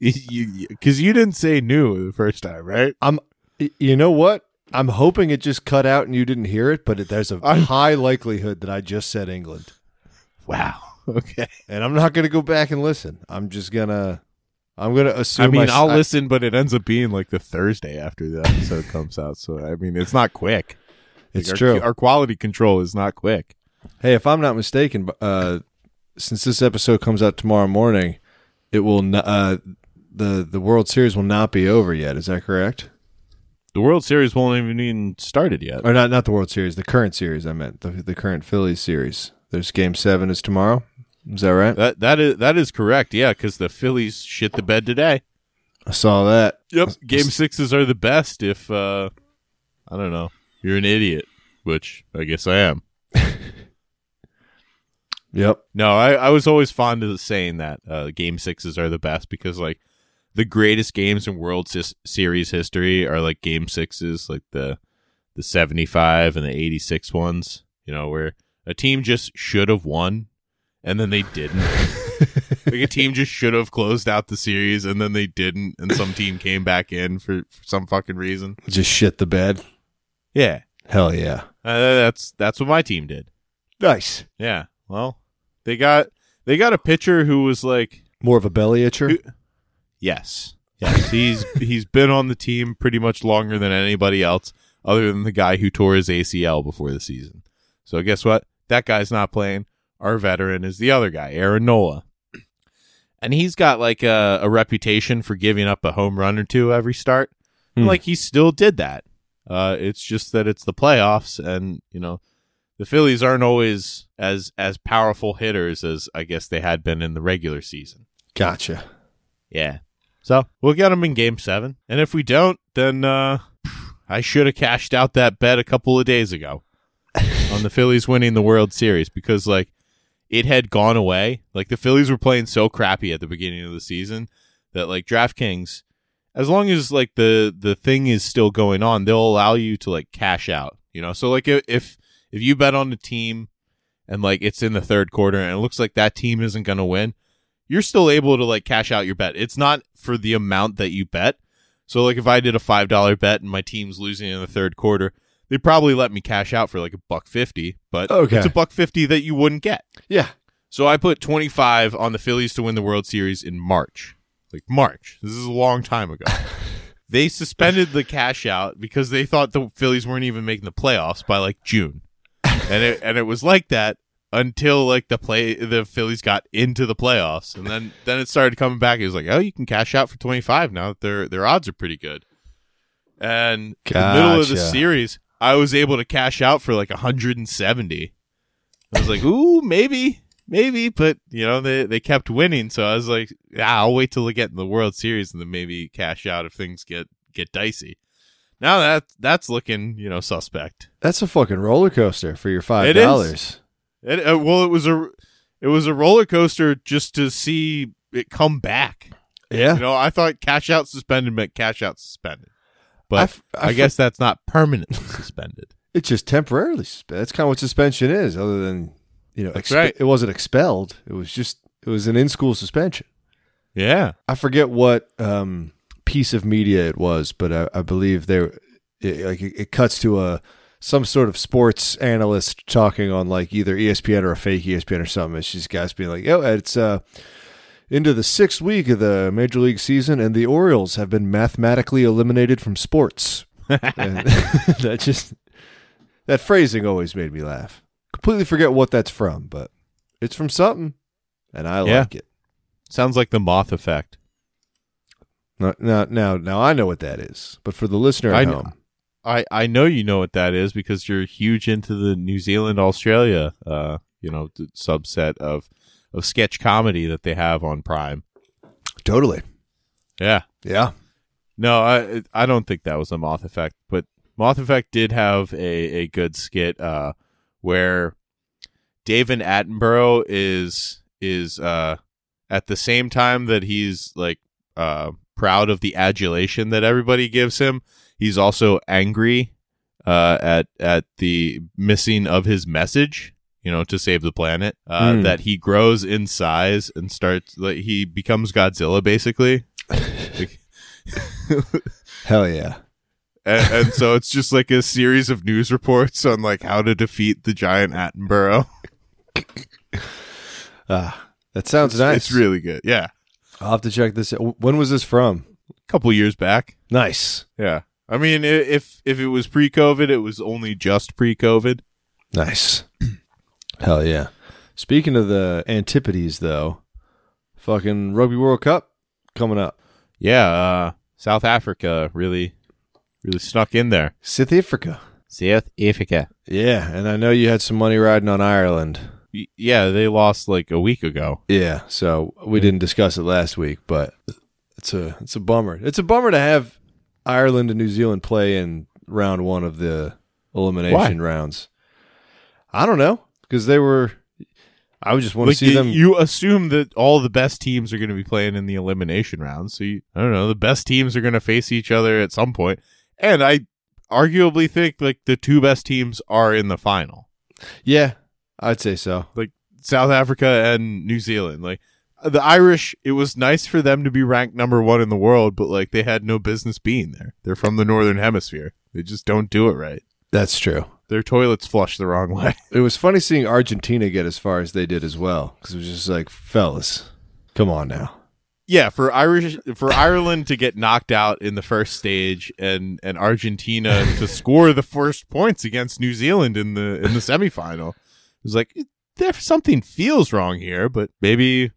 Speaker 2: Because you, you- 'cause you didn't say new the first time, right?
Speaker 1: Y- You know what? I'm hoping it just cut out and you didn't hear it, but it, there's a
Speaker 2: I'm-
Speaker 1: high likelihood that I just said England,
Speaker 2: Wow. Okay.
Speaker 1: and I'm not going to go back and listen. I'm just gonna, I'm gonna assume.
Speaker 2: I mean,
Speaker 1: s-
Speaker 2: I, will listen, but it ends up being like the Thursday after the episode comes out. So I mean, it's not quick.
Speaker 1: It's
Speaker 2: Like,
Speaker 1: true.
Speaker 2: Our, our quality control is not quick.
Speaker 1: Hey, if I'm not mistaken, bu- uh, since this episode comes out tomorrow morning, it will n- uh, the the World Series will not be over yet. Is that correct?
Speaker 2: The World Series won't even even started yet.
Speaker 1: Or not? Not the World Series. The current series. I meant the the current Phillies series. There's Game Seven is tomorrow. Is that right?
Speaker 2: That that is that is correct. Yeah, because the Phillies shit the bed today.
Speaker 1: I saw that.
Speaker 2: Yep. Game sixes are the best. If uh, I don't know, you're an idiot, which I guess I am.
Speaker 1: Yep.
Speaker 2: No, I, I was always fond of saying that uh, game sixes are the best because like the greatest games in World Sis- Series history are like game sixes, like the the seventy five and the eighty six ones. You know, where a team just should have won and then they didn't. like a team just should have closed out the series and then they didn't, and some team came back in for, for some fucking reason.
Speaker 1: Just shit the bed.
Speaker 2: Yeah,
Speaker 1: Hell yeah.
Speaker 2: uh, that's that's what my team did.
Speaker 1: Nice.
Speaker 2: Yeah, well, they got they got a pitcher who was like
Speaker 1: More of a belly itcher.
Speaker 2: Yes. Yes. he's he's been on the team pretty much longer than anybody else, other than the guy who tore his ACL before the season. So guess what? That guy's not playing. Our veteran is the other guy, Aaron Nola. And he's got like a, a reputation for giving up a home run or two every start. And,
Speaker 1: Hmm.
Speaker 2: Like he still did that. Uh, it's just that it's the playoffs, and you know, the Phillies aren't always as as powerful hitters as I guess they had been in the regular season.
Speaker 1: Gotcha.
Speaker 2: Yeah. So we'll get them in game seven. And if we don't, then uh, I should have cashed out that bet a couple of days ago on the Phillies winning the World Series because, like, it had gone away. Like, the Phillies were playing so crappy at the beginning of the season that, like, DraftKings, as long as, like, the, the thing is still going on, they'll allow you to, like, cash out, you know? So, like, i- if, if you bet on the team and, like, it's in the third quarter and it looks like that team isn't going to win, you're still able to like cash out your bet. It's not for the amount that you bet. So like if I did a five dollar bet and my team's losing in the third quarter, they probably let me cash out for like a buck fifty, but
Speaker 1: Okay.
Speaker 2: it's a buck fifty that you wouldn't get.
Speaker 1: Yeah.
Speaker 2: So I put twenty five on the Phillies to win the World Series in March. Like March. This is a long time ago. they suspended the cash out because they thought the Phillies weren't even making the playoffs by like June. And it and it was like that until like the play the Phillies got into the playoffs, and then then it started coming back. It was like, oh, you can cash out for twenty five now that their their odds are pretty good. And the middle of the
Speaker 1: Gotcha.
Speaker 2: series, I was able to cash out for like hundred and seventy. I was like, ooh, maybe, maybe, but you know they they kept winning, so I was like, ah, I'll wait till they get in the World Series and then maybe cash out if things get get dicey. Now that that's looking you know suspect.
Speaker 1: That's a fucking roller coaster for your five
Speaker 2: It is.
Speaker 1: dollars.
Speaker 2: It, uh, well, it was a it was a roller coaster just to see it come back.
Speaker 1: Yeah.
Speaker 2: You know, I thought cash out suspended meant cash out suspended, but I
Speaker 1: I f- I f-
Speaker 2: guess that's not permanently suspended.
Speaker 1: It's just temporarily suspended. That's kind of what suspension is, other than you know,
Speaker 2: That's right.
Speaker 1: it wasn't expelled. It was just it was an in-school suspension.
Speaker 2: Yeah,
Speaker 1: I forget what um, piece of media it was, but I, I believe there, it, like it, it cuts to a some sort of sports analyst talking on like either E ESPN or a fake ESPN or something. It's just guys being like, "Yo, it's uh, into the sixth week of the major league season, and the Orioles have been mathematically eliminated from sports." And that just that phrasing always made me laugh. Completely forget what that's from, but it's from something, and I
Speaker 2: Yeah.
Speaker 1: like it.
Speaker 2: sounds like the moth effect.
Speaker 1: Now, now, now, now I know what that is, but for the listener at
Speaker 2: I know.
Speaker 1: home,
Speaker 2: I I know you know what that is because you're huge into the New Zealand Australia uh you know th- subset of of sketch comedy that they have on Prime.
Speaker 1: Totally.
Speaker 2: Yeah.
Speaker 1: Yeah.
Speaker 2: No, I I don't think that was a Moth Effect, but Moth Effect did have a a good skit uh where David Attenborough is is uh at the same time that he's like uh proud of the adulation that everybody gives him, he's also angry uh at at the missing of his message, you know, to save the planet. Uh
Speaker 1: Hmm.
Speaker 2: that he grows in size and starts like he becomes Godzilla basically.
Speaker 1: Hell yeah.
Speaker 2: and, and so it's just like a series of news reports on like how to defeat the giant Attenborough.
Speaker 1: Ah, that sounds nice.
Speaker 2: It's really good. Yeah,
Speaker 1: I'll have to check this. out. When was this from?
Speaker 2: a couple years back.
Speaker 1: Nice.
Speaker 2: Yeah, I mean, i- if if it was pre-COVID, it was only just pre-COVID.
Speaker 1: Nice. Hell yeah. Speaking of the antipodes, though, fucking Rugby World Cup coming up.
Speaker 2: Yeah, uh, South Africa really, really snuck in there.
Speaker 1: South Africa.
Speaker 2: South Africa.
Speaker 1: Yeah, and I know you had some money riding on Ireland.
Speaker 2: Yeah, they lost like a week ago.
Speaker 1: Yeah, so we didn't discuss it last week, but it's a it's a bummer. It's a bummer to have Ireland and New Zealand play in round one of the elimination rounds. I don't know because they were. I would just want to
Speaker 2: Like,
Speaker 1: see
Speaker 2: you,
Speaker 1: them.
Speaker 2: you assume that all the best teams are going to be playing in the elimination round. So you, I don't know. The best teams are going to face each other at some point, and I arguably think like the two best teams are in the final:
Speaker 1: yeah, I'd say so.
Speaker 2: South Africa and New Zealand. Like the Irish, it was nice for them to be ranked number one in the world, but like they had no business being there. They're from the northern hemisphere. They just don't do it right.
Speaker 1: That's true.
Speaker 2: Their toilets flush the wrong way.
Speaker 1: It was funny seeing Argentina get as far as they did as well because it was just like, fellas, come on now.
Speaker 2: yeah for irish for ireland to get knocked out in the first stage and and argentina to score the first points against new zealand in the in the semifinal it was like there something feels wrong here but maybe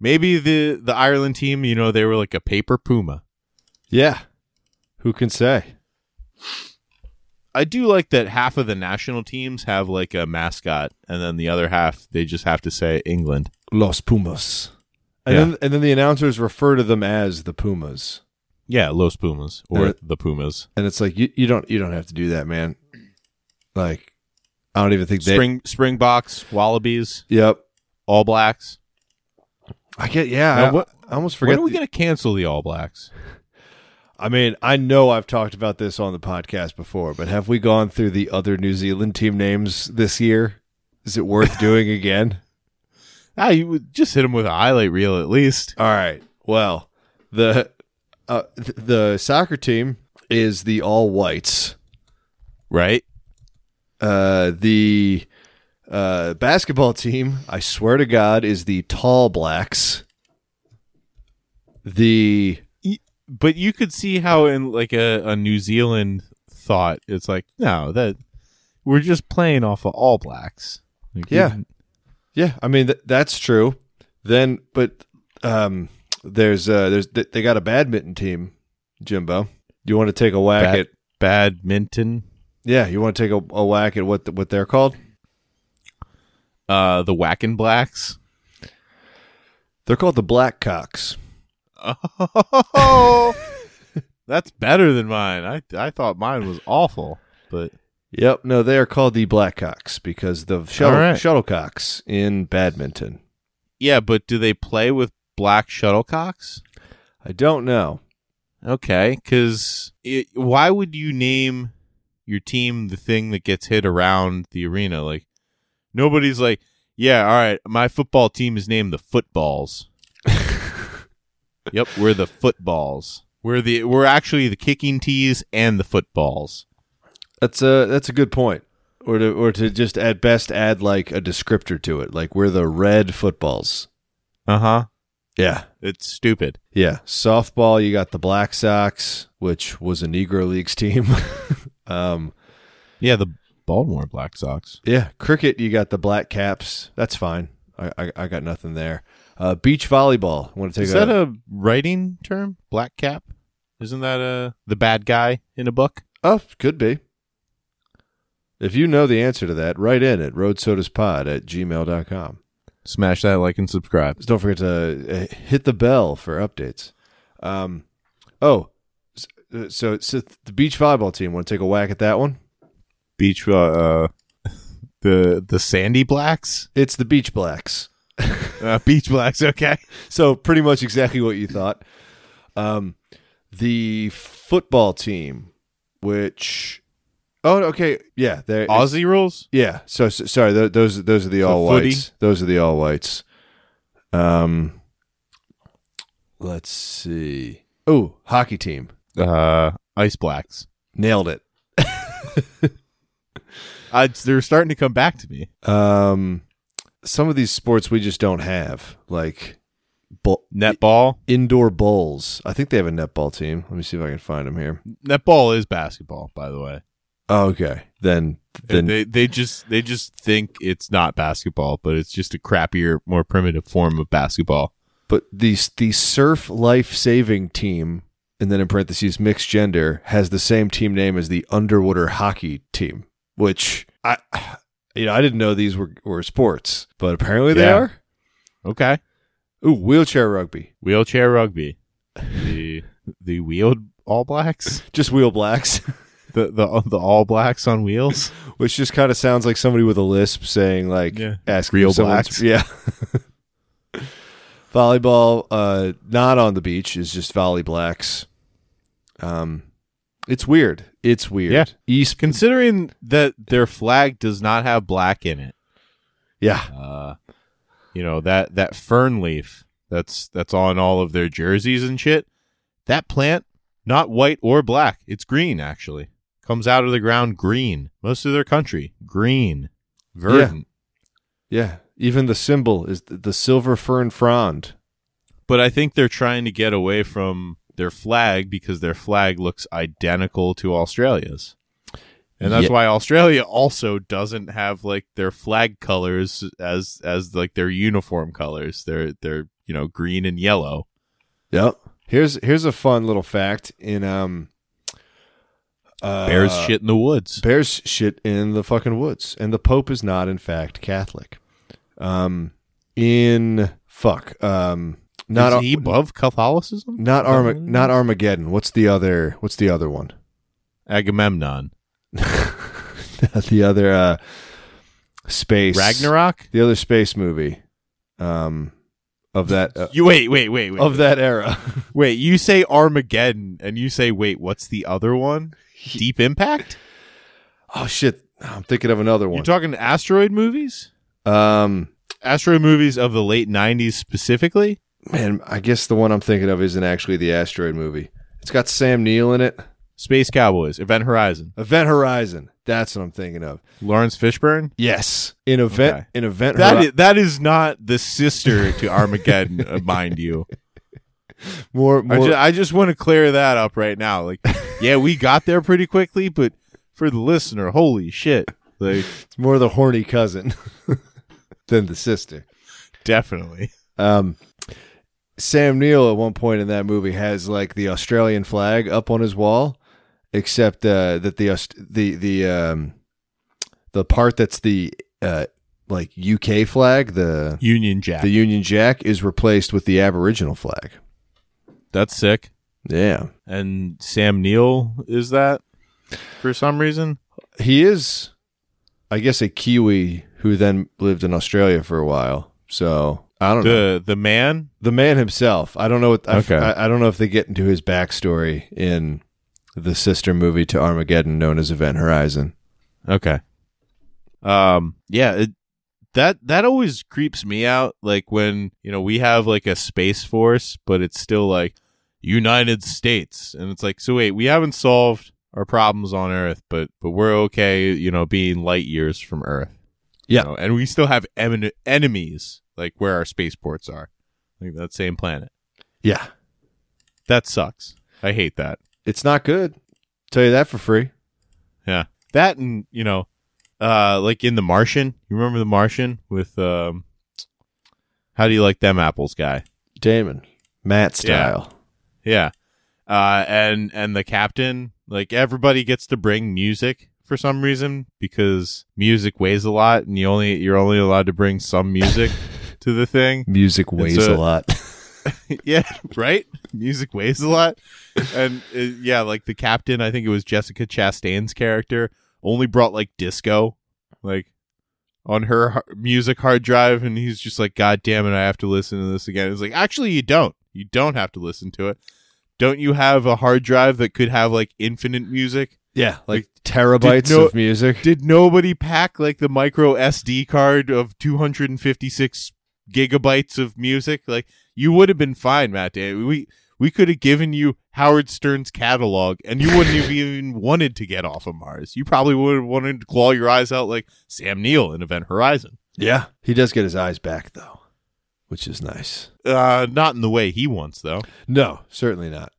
Speaker 2: maybe the the ireland team you know they were like a paper puma
Speaker 1: Yeah, who can say?
Speaker 2: i do like that half of the national teams have like a mascot and then the other half they just have to say england
Speaker 1: Los Pumas. And
Speaker 2: Yeah.
Speaker 1: then and then the announcers refer to them as the Pumas.
Speaker 2: yeah los pumas or
Speaker 1: Uh,
Speaker 2: the pumas
Speaker 1: And it's like you, you don't you don't have to do that, man. Like I don't even think they
Speaker 2: spring springboks wallabies
Speaker 1: Yep.
Speaker 2: all blacks
Speaker 1: I get yeah,
Speaker 2: Now,
Speaker 1: I,
Speaker 2: what-
Speaker 1: I almost forget.
Speaker 2: when are we
Speaker 1: the-
Speaker 2: going to cancel the All Blacks?
Speaker 1: I mean, I know I've talked about this on the podcast before, but have we gone through the other New Zealand team names this year? Is it worth doing again?
Speaker 2: Ah, you would just hit them with a highlight reel at least.
Speaker 1: All right. Well, the uh, th- the soccer team is the all whites.
Speaker 2: Right?
Speaker 1: Uh, the uh, basketball team, I swear to God, is the Tall Blacks. The
Speaker 2: But you could see how in like a, a New Zealand thought, it's like, no, that we're just playing off of All Blacks. Like, we
Speaker 1: Yeah.
Speaker 2: can-
Speaker 1: yeah, I mean th- that's true. Then, but um, there's uh, there's th- they got a badminton team, Jimbo. Do you want to take a whack
Speaker 2: Bad-
Speaker 1: at?
Speaker 2: badminton,
Speaker 1: Yeah, you want to take a, a whack at what th- what they're called?
Speaker 2: uh, the Whackin' Blacks.
Speaker 1: They're called the Blackcocks.
Speaker 2: Oh, that's better than mine. I, I thought mine was awful, but
Speaker 1: Yep, no, they are called the Blackcocks because the shuttle,
Speaker 2: All right.
Speaker 1: shuttlecocks in badminton.
Speaker 2: yeah, but do they play with black shuttlecocks?
Speaker 1: I don't know.
Speaker 2: Okay, because why would you name your team the thing that gets hit around the arena? Like nobody's like, yeah, all right, my football team is named the Footballs. yep, we're the Footballs. We're the we're actually the kicking tees and the footballs.
Speaker 1: That's a that's a good point. Or to or to just at best add like a descriptor to it, like we're the red footballs.
Speaker 2: Uh huh.
Speaker 1: Yeah,
Speaker 2: It's stupid.
Speaker 1: yeah. Softball, you got the Black Sox, which was a Negro Leagues team. um,
Speaker 2: Yeah, the Baltimore Black Sox.
Speaker 1: yeah, cricket, you got the Black Caps. That's fine. I I, I got nothing there. Uh, beach volleyball. Want to take
Speaker 2: Is that a writing term? Black cap? Isn't that uh the bad guy in a book?
Speaker 1: Oh, could be. If you know the answer to that, write in at roadsodaspod at gmail.com.
Speaker 2: Smash that like and subscribe.
Speaker 1: Just don't forget to uh, hit the bell for updates. Um, oh, s- uh, so, so the beach volleyball team want to take a whack at that one?
Speaker 2: Beach uh, uh the the Sandy Blacks.
Speaker 1: It's the Beach Blacks.
Speaker 2: Uh, beach Blacks, okay.
Speaker 1: So pretty much exactly what you thought. Um, the football team, which, oh, okay, yeah, they
Speaker 2: Aussie rules?
Speaker 1: yeah. So, so sorry, tho- those those are the all
Speaker 2: footy?
Speaker 1: whites. Those are the all whites. Um, let's see. Oh, hockey team
Speaker 2: Uh Ice Blacks.
Speaker 1: nailed it.
Speaker 2: I, they're starting to come back to me.
Speaker 1: Um, some of these sports we just don't have, like bu-
Speaker 2: Netball.
Speaker 1: indoor bowls. I think they have a netball team. Let me see if I can find them here.
Speaker 2: Netball is basketball, by the way.
Speaker 1: Oh, okay, then then
Speaker 2: they they just they just think it's not basketball, but it's just a crappier, more primitive form of basketball.
Speaker 1: but the the surf life saving team and then in parentheses mixed gender has the same team name as the underwater hockey team which i you know i didn't know these were, were sports but apparently they
Speaker 2: Yeah.
Speaker 1: are
Speaker 2: Okay.
Speaker 1: ooh wheelchair rugby
Speaker 2: Wheelchair rugby. The the wheeled all blacks?
Speaker 1: just wheel blacks
Speaker 2: The the the all blacks on wheels?
Speaker 1: which just kind of sounds like somebody with a lisp saying like
Speaker 2: Yeah.
Speaker 1: ask
Speaker 2: Real blacks.
Speaker 1: yeah volleyball uh not on the beach is just volley blacks um it's weird it's weird
Speaker 2: Yeah.
Speaker 1: east
Speaker 2: Considering that their flag does not have black in it.
Speaker 1: yeah
Speaker 2: Uh you know, that that fern leaf that's that's on all of their jerseys and shit. That plant not white or black. It's green actually. Comes out of the ground green. Most of their country green. Verdant.
Speaker 1: Yeah, even the symbol is th- the silver fern frond.
Speaker 2: But I think they're trying to get away from their flag because their flag looks identical to Australia's. And that's
Speaker 1: Yeah.
Speaker 2: why Australia also doesn't have like their flag colors as as like their uniform colors. They're they're you know green and yellow.
Speaker 1: Yep. Here's here's a fun little fact in um uh,
Speaker 2: Bears shit in the woods.
Speaker 1: Bears shit in the fucking woods, and the Pope is not in fact Catholic. Um, in fuck um not
Speaker 2: Is
Speaker 1: Ar-
Speaker 2: he above Catholicism?
Speaker 1: not Arma- not Armageddon. What's the other? What's the other one?
Speaker 2: Agamemnon,
Speaker 1: the other uh space
Speaker 2: Ragnarok.
Speaker 1: The other space movie, um, of that uh,
Speaker 2: You wait, wait, wait, wait.
Speaker 1: of that era.
Speaker 2: wait, you say Armageddon, and you say wait. What's the other one? Deep Impact.
Speaker 1: Oh shit! I'm thinking of another
Speaker 2: You
Speaker 1: one.
Speaker 2: talking asteroid movies?
Speaker 1: um,
Speaker 2: Astro movies of the late '90s specifically.
Speaker 1: man, I guess the one I'm thinking of isn't actually the asteroid movie. It's got Sam Neill in it.
Speaker 2: Space Cowboys, Event Horizon,
Speaker 1: Event Horizon. That's what I'm thinking of.
Speaker 2: Lawrence Fishburne.
Speaker 1: Yes, in event
Speaker 2: Okay.
Speaker 1: in event
Speaker 2: That
Speaker 1: Hori-
Speaker 2: is, that is not the sister to Armageddon, uh, mind you.
Speaker 1: more
Speaker 2: I
Speaker 1: more.
Speaker 2: just, I just want to clear that up right now. Like, yeah, we got there pretty quickly, but for the listener, holy shit! Like,
Speaker 1: it's more the horny cousin than the sister.
Speaker 2: definitely.
Speaker 1: Um, Sam Neill at one point in that movie has like the Australian flag up on his wall, except uh, that the Aust- the the um, the part that's the uh, like UK flag, the
Speaker 2: Union Jack.
Speaker 1: the Union Jack, is replaced with the Aboriginal flag.
Speaker 2: That's sick.
Speaker 1: Yeah,
Speaker 2: And Sam Neill is that for some reason?
Speaker 1: he is, I guess, a Kiwi who then lived in Australia for a while. So I don't know.
Speaker 2: The the man
Speaker 1: the man himself. I don't know. What,
Speaker 2: Okay.
Speaker 1: I, I don't know if they get into his backstory in the sister movie to Armageddon, known as Event Horizon.
Speaker 2: Okay. Um. Yeah. It, that that always creeps me out. Like when you know we have like a space force, but it's still like United States, and it's like so. Wait, we haven't solved our problems on Earth, but but we're okay. You know, being light years from Earth. You
Speaker 1: Yeah.
Speaker 2: know, and we still have emin enemies like where our spaceports are, like that same planet.
Speaker 1: Yeah,
Speaker 2: That sucks. I hate that.
Speaker 1: it's not good. Tell you that for free.
Speaker 2: Yeah. That and you know, uh like in The Martian. You remember The Martian with um How do you like them apples guy?
Speaker 1: Damon, Matt style.
Speaker 2: Yeah. Uh and and the captain, Like everybody gets to bring music for some reason because music weighs a lot, and you only you're only allowed to bring some music to the thing.
Speaker 1: Music weighs
Speaker 2: a-
Speaker 1: a lot.
Speaker 2: yeah, right. Music weighs a lot, and uh, yeah, like the captain, I think it was Jessica Chastain's character, only brought like disco, like on her har- music hard drive, and he's just like, "God damn it, I have to listen to this again." It's like, actually, you don't. You don't have to listen to it. Don't you have a hard drive that could have like infinite music?
Speaker 1: yeah, like
Speaker 2: like,
Speaker 1: terabytes
Speaker 2: no-
Speaker 1: of music.
Speaker 2: Did nobody pack like the micro SD card of 256 gigabytes of music? Like you would have been fine, Matt. Dan. We we could have given you Howard Stern's catalog, and you wouldn't have even wanted to get off of Mars. You probably would have wanted to claw your eyes out like Sam Neill in Event Horizon.
Speaker 1: yeah, he does get his eyes back though, which is nice.
Speaker 2: Uh, not in the way he wants, though.
Speaker 1: No, certainly not.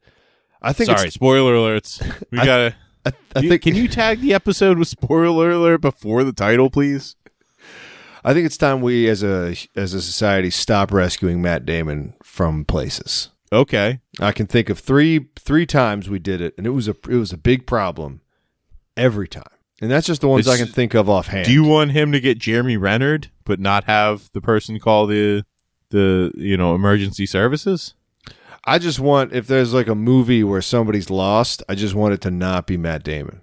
Speaker 1: I think.
Speaker 2: Sorry,
Speaker 1: it's-
Speaker 2: spoiler alerts. We
Speaker 1: I-
Speaker 2: gotta.
Speaker 1: I, I
Speaker 2: you-
Speaker 1: think.
Speaker 2: can you tag the episode with spoiler alert before the title, please?
Speaker 1: I think it's time we, as a as a society, stop rescuing Matt Damon from places.
Speaker 2: Okay.
Speaker 1: I can think of three three times we did it, and it was a it was a big problem every time. And that's just the ones
Speaker 2: It's-
Speaker 1: I can think of offhand.
Speaker 2: Do you want him to get Jeremy Rennered, but not have the person call the the you know emergency services?
Speaker 1: I just want if there's like a movie where somebody's lost, I just want it to not be Matt Damon.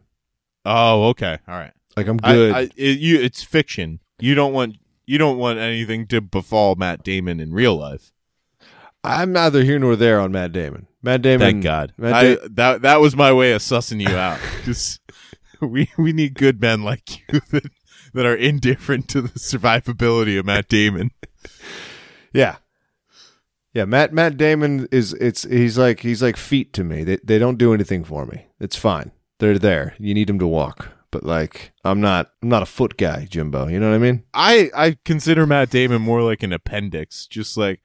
Speaker 2: Oh, okay, all right.
Speaker 1: Like I'm
Speaker 2: I-
Speaker 1: good.
Speaker 2: I, it, you, it's fiction. You don't want you don't want anything to befall Matt Damon in real life.
Speaker 1: I'm neither here nor there on Matt Damon. Matt Damon.
Speaker 2: Thank God.
Speaker 1: Matt
Speaker 2: I,
Speaker 1: Da-
Speaker 2: that that was my way of sussing you out. Just we we need good men like you that that are indifferent to the survivability of Matt Damon.
Speaker 1: Yeah. Yeah, Matt Matt Damon is it's he's like he's like feet to me. They they don't do anything for me. It's fine. They're there. You need them to walk. But like I'm not I'm not a foot guy, Jimbo. You know what I mean?
Speaker 2: I I consider Matt Damon more like an appendix, just like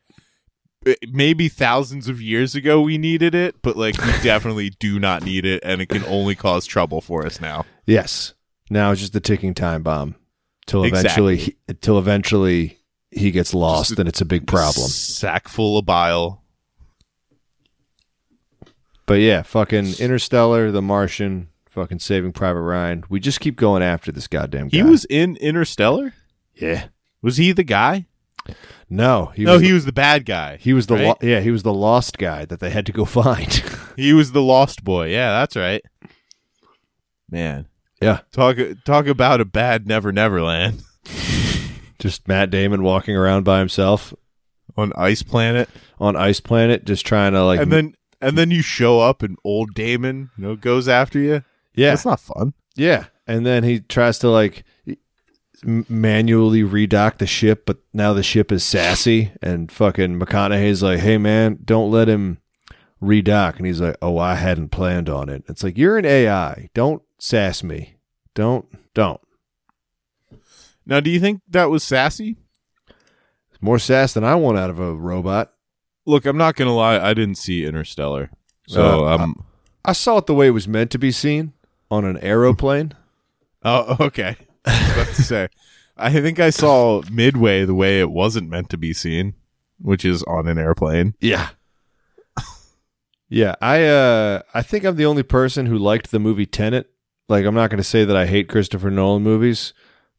Speaker 2: it- maybe thousands of years ago we needed it, but like we definitely do not need it, and it can only cause trouble for us now.
Speaker 1: Yes. Now it's just the ticking time bomb. Till eventually he, till eventually he gets lost
Speaker 2: Just a-
Speaker 1: and it's a big problem.
Speaker 2: sack full of bile.
Speaker 1: But yeah, fucking Interstellar, The Martian, fucking Saving Private Ryan. We just keep going after this goddamn guy.
Speaker 2: He was in Interstellar.
Speaker 1: yeah.
Speaker 2: Was he the guy?
Speaker 1: No, he
Speaker 2: no,
Speaker 1: was
Speaker 2: he was the bad guy.
Speaker 1: he was the
Speaker 2: right?
Speaker 1: lo- yeah, he was the lost guy that they had to go find.
Speaker 2: He was the lost boy. Yeah, that's right. Man,
Speaker 1: Yeah.
Speaker 2: talk talk about a bad Never Never Land
Speaker 1: just Matt Damon walking around by himself
Speaker 2: on Ice Planet.
Speaker 1: on Ice Planet, just trying to like,
Speaker 2: and then and then you show up and old Damon, you know, goes after you.
Speaker 1: yeah,
Speaker 2: That's not fun.
Speaker 1: yeah, and then he tries to like m- manually redock the ship, but now the ship is sassy, and fucking McConaughey's like, hey man, don't let him redock, and he's like, oh, I hadn't planned on it. It's like you're an AI, don't sass me, don't, don't.
Speaker 2: Now, do you think that was sassy?
Speaker 1: More sass than I want out of a robot.
Speaker 2: Look, I'm not gonna lie, I didn't see Interstellar,
Speaker 1: So,
Speaker 2: so um,
Speaker 1: Uh, I saw it the way it was meant to be seen on an aeroplane.
Speaker 2: oh, okay. I was about to say, I think I saw Midway the way it wasn't meant to be seen, which is on an airplane.
Speaker 1: Yeah. yeah, I uh I think I'm the only person who liked the movie Tenet. Like I'm not going to say that I hate Christopher Nolan movies,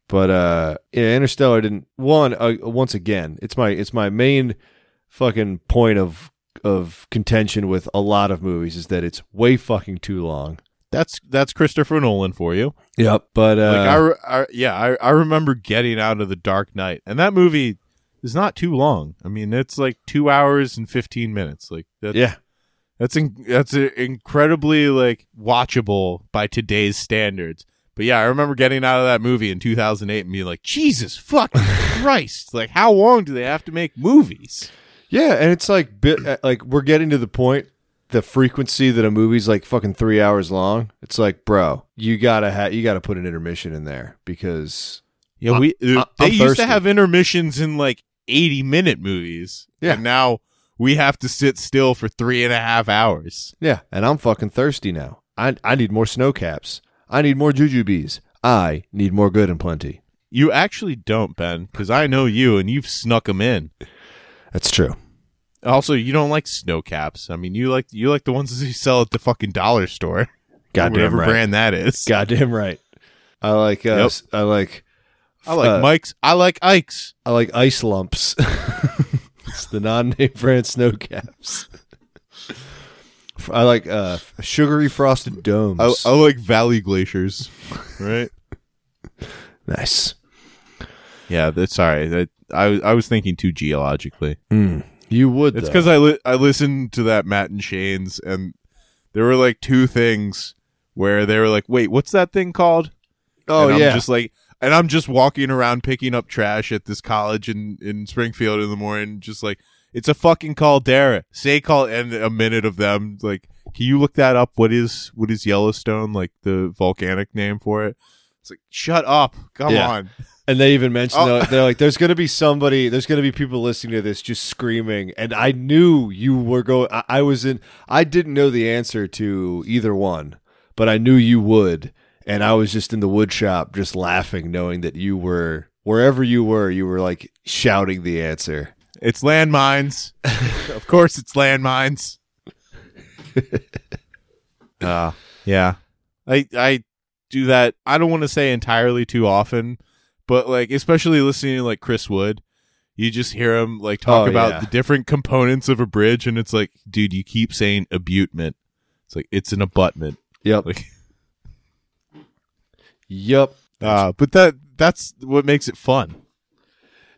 Speaker 1: but uh yeah, Interstellar didn't one uh, once again. It's my it's my main fucking point of of contention with a lot of movies is that it's way fucking too long.
Speaker 2: That's that's Christopher Nolan for you.
Speaker 1: Yep, but uh
Speaker 2: like I, re- I yeah, I, I remember getting out of the Dark Knight, and that movie is not too long. I mean, it's like two hours and fifteen minutes. Like that,
Speaker 1: yeah,
Speaker 2: That's in, that's uh, incredibly like watchable by today's standards. But yeah, I remember getting out of that movie in 2008 and being like, Jesus fucking Christ! Like, how long do they have to make movies?
Speaker 1: Yeah, and it's like bit uh, like we're getting to the point the frequency that a movie's like fucking 3 hours long. It's like, bro, you got to ha- you got to put an intermission in there because
Speaker 2: Yeah, we
Speaker 1: I-
Speaker 2: they
Speaker 1: I'm
Speaker 2: used
Speaker 1: thirsty.
Speaker 2: to have intermissions in like 80 minute movies.
Speaker 1: Yeah.
Speaker 2: and now we have to sit still for three and a half hours.
Speaker 1: yeah, and I'm fucking thirsty now. I I need more snow caps. I need more jujubes. I need more good and plenty.
Speaker 2: You actually don't, Ben, because I know you and you've snuck them in.
Speaker 1: That's true.
Speaker 2: Also, you don't like snow caps. I mean, you like you like the ones that you sell at the fucking dollar store.
Speaker 1: Goddamn
Speaker 2: whatever
Speaker 1: right.
Speaker 2: brand that is.
Speaker 1: Goddamn right. I like uh,
Speaker 2: Yep.
Speaker 1: s- I like
Speaker 2: I like
Speaker 1: uh,
Speaker 2: Mike's. I like Ike's.
Speaker 1: I like ice lumps. it's the non-name brand snow caps. I like uh, sugary frosted domes.
Speaker 2: I, I like Valley Glaciers. Right.
Speaker 1: nice.
Speaker 2: yeah. That's sorry. That I was- I was thinking too geologically.
Speaker 1: Mm. You would.
Speaker 2: It's
Speaker 1: though.
Speaker 2: because I li- I listened to that Matt and Shane's, and there were like two things where they were like, "Wait, what's that thing called?"
Speaker 1: oh
Speaker 2: and I'm
Speaker 1: yeah,
Speaker 2: just like, and I'm just walking around picking up trash at this college in in Springfield in the morning, just like it's a fucking caldera. Say call and a minute of them like, can you look that up? What is what is Yellowstone like the volcanic name for it? It's like shut up, come
Speaker 1: Yeah.
Speaker 2: on.
Speaker 1: and they even mentioned
Speaker 2: Oh.
Speaker 1: they're- they're like, "There's going to be somebody. There's going to be people listening to this just screaming." And I knew you were going. I, I was in. I didn't know the answer to either one, but I knew you would. And I was just in the wood shop, just laughing, knowing that you were wherever you were. You were like shouting the answer.
Speaker 2: It's landmines. of course, it's landmines. uh, yeah. I I do that. I don't want to say entirely too often, but like especially listening to like Chris Wood, you just hear him like talk
Speaker 1: Oh,
Speaker 2: about
Speaker 1: yeah.
Speaker 2: the different components of a bridge, and it's like, dude, you keep saying abutment. It's like it's an abutment.
Speaker 1: Yep.
Speaker 2: Like-
Speaker 1: yep.
Speaker 2: Uh, but that that's what makes it fun.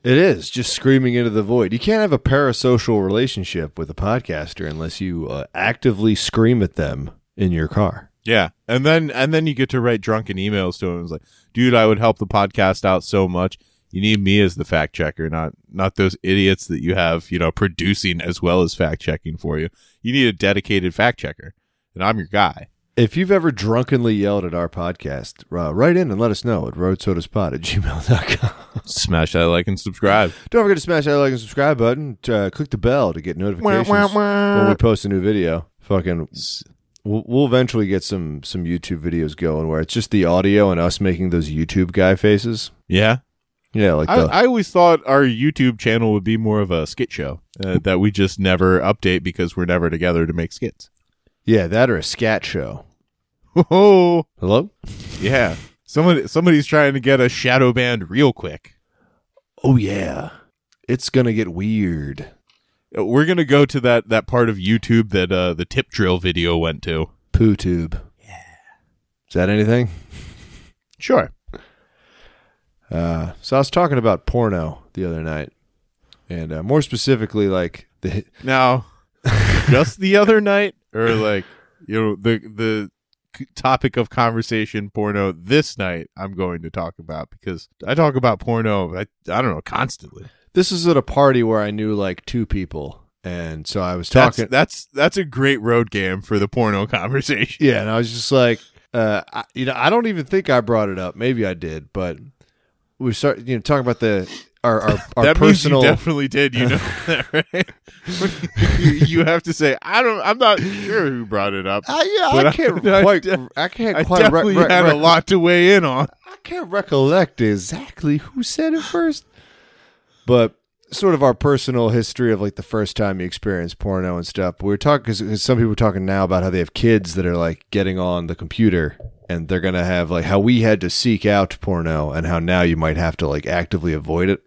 Speaker 1: It is just screaming into the void. You can't have a parasocial relationship with a podcaster unless you uh, actively scream at them in your car.
Speaker 2: Yeah. And then and then you get to write drunken emails to him. It's like, dude, I would help the podcast out so much. You need me as the fact checker, not not those idiots that you have, you know, producing as well as fact checking for you. You need a dedicated fact checker. And I'm your guy.
Speaker 1: If you've ever drunkenly yelled at our podcast, uh, write in and let us know at roadsodaspot at gmail.com.
Speaker 2: Smash that like and subscribe.
Speaker 1: Don't forget to smash that like and subscribe button. To, uh, click the bell to get notifications when we post a new video. Fucking, we'll, we'll eventually get some some YouTube videos going where it's just the audio and us making those YouTube guy faces.
Speaker 2: Yeah.
Speaker 1: Yeah, like
Speaker 2: I,
Speaker 1: the,
Speaker 2: I always thought our YouTube channel would be more of a skit show uh, that we just never update because we're never together to make skits.
Speaker 1: yeah, that or a scat show.
Speaker 2: Oh,
Speaker 1: Hello.
Speaker 2: yeah. Someone somebody's trying to get a shadow band real quick.
Speaker 1: Oh yeah. It's gonna get weird.
Speaker 2: Uh, We're gonna go to that that part of YouTube that uh, the tip drill video went to.
Speaker 1: Poo tube. Yeah. Is that anything?
Speaker 2: Sure.
Speaker 1: Uh, so I was talking about porno the other night, and uh, more specifically, like the
Speaker 2: Now, just the other night, or like you know the the c- topic of conversation porno this night I'm going to talk about because I talk about porno I, I don't know constantly.
Speaker 1: this is at a party where I knew like two people, and so I was
Speaker 2: That's
Speaker 1: talking.
Speaker 2: that's that's a great road game for the porno conversation.
Speaker 1: Yeah, and I was just like, uh, I, you know, I don't even think I brought it up. Maybe I did, but we start, you know, talking about the our our, our
Speaker 2: that
Speaker 1: personal.
Speaker 2: means you definitely did. You know that, right? you, you have to say I don't. I'm not sure who brought it up.
Speaker 1: I, Uh, yeah,
Speaker 2: but
Speaker 1: I
Speaker 2: I-
Speaker 1: can't
Speaker 2: I
Speaker 1: quite.
Speaker 2: def-
Speaker 1: I can't
Speaker 2: I
Speaker 1: quite.
Speaker 2: definitely
Speaker 1: re- re-
Speaker 2: had
Speaker 1: re-
Speaker 2: a lot to weigh in on.
Speaker 1: I can't recollect exactly who said it first, but sort of our personal history of like the first time you experienced porno and stuff. We were talking because some people are talking now about how they have kids that are like getting on the computer and they're gonna have like how we had to seek out porno and how now you might have to like actively avoid it.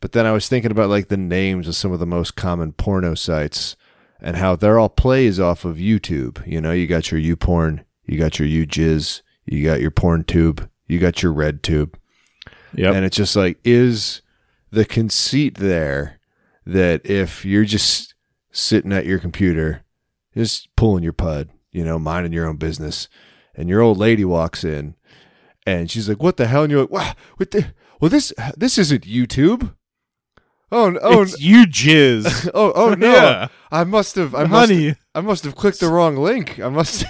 Speaker 1: But then I was thinking about like the names of some of the most common porno sites and how they're all plays off of YouTube. You know, you got your YouPorn, you got your UJizz, you got your PornTube, you got your RedTube,
Speaker 2: Yep.
Speaker 1: and it's just like is the conceit there that if you're just sitting at your computer, just pulling your pud, you know, minding your own business, and your old lady walks in, and she's like, "What the hell?" And you're like, "Wow, what the? Well, this this isn't YouTube." Oh, n- oh,
Speaker 2: it's you jizz.
Speaker 1: n- oh, oh no!
Speaker 2: Yeah.
Speaker 1: I must have. I must
Speaker 2: Honey,
Speaker 1: I must have clicked the wrong link. I must.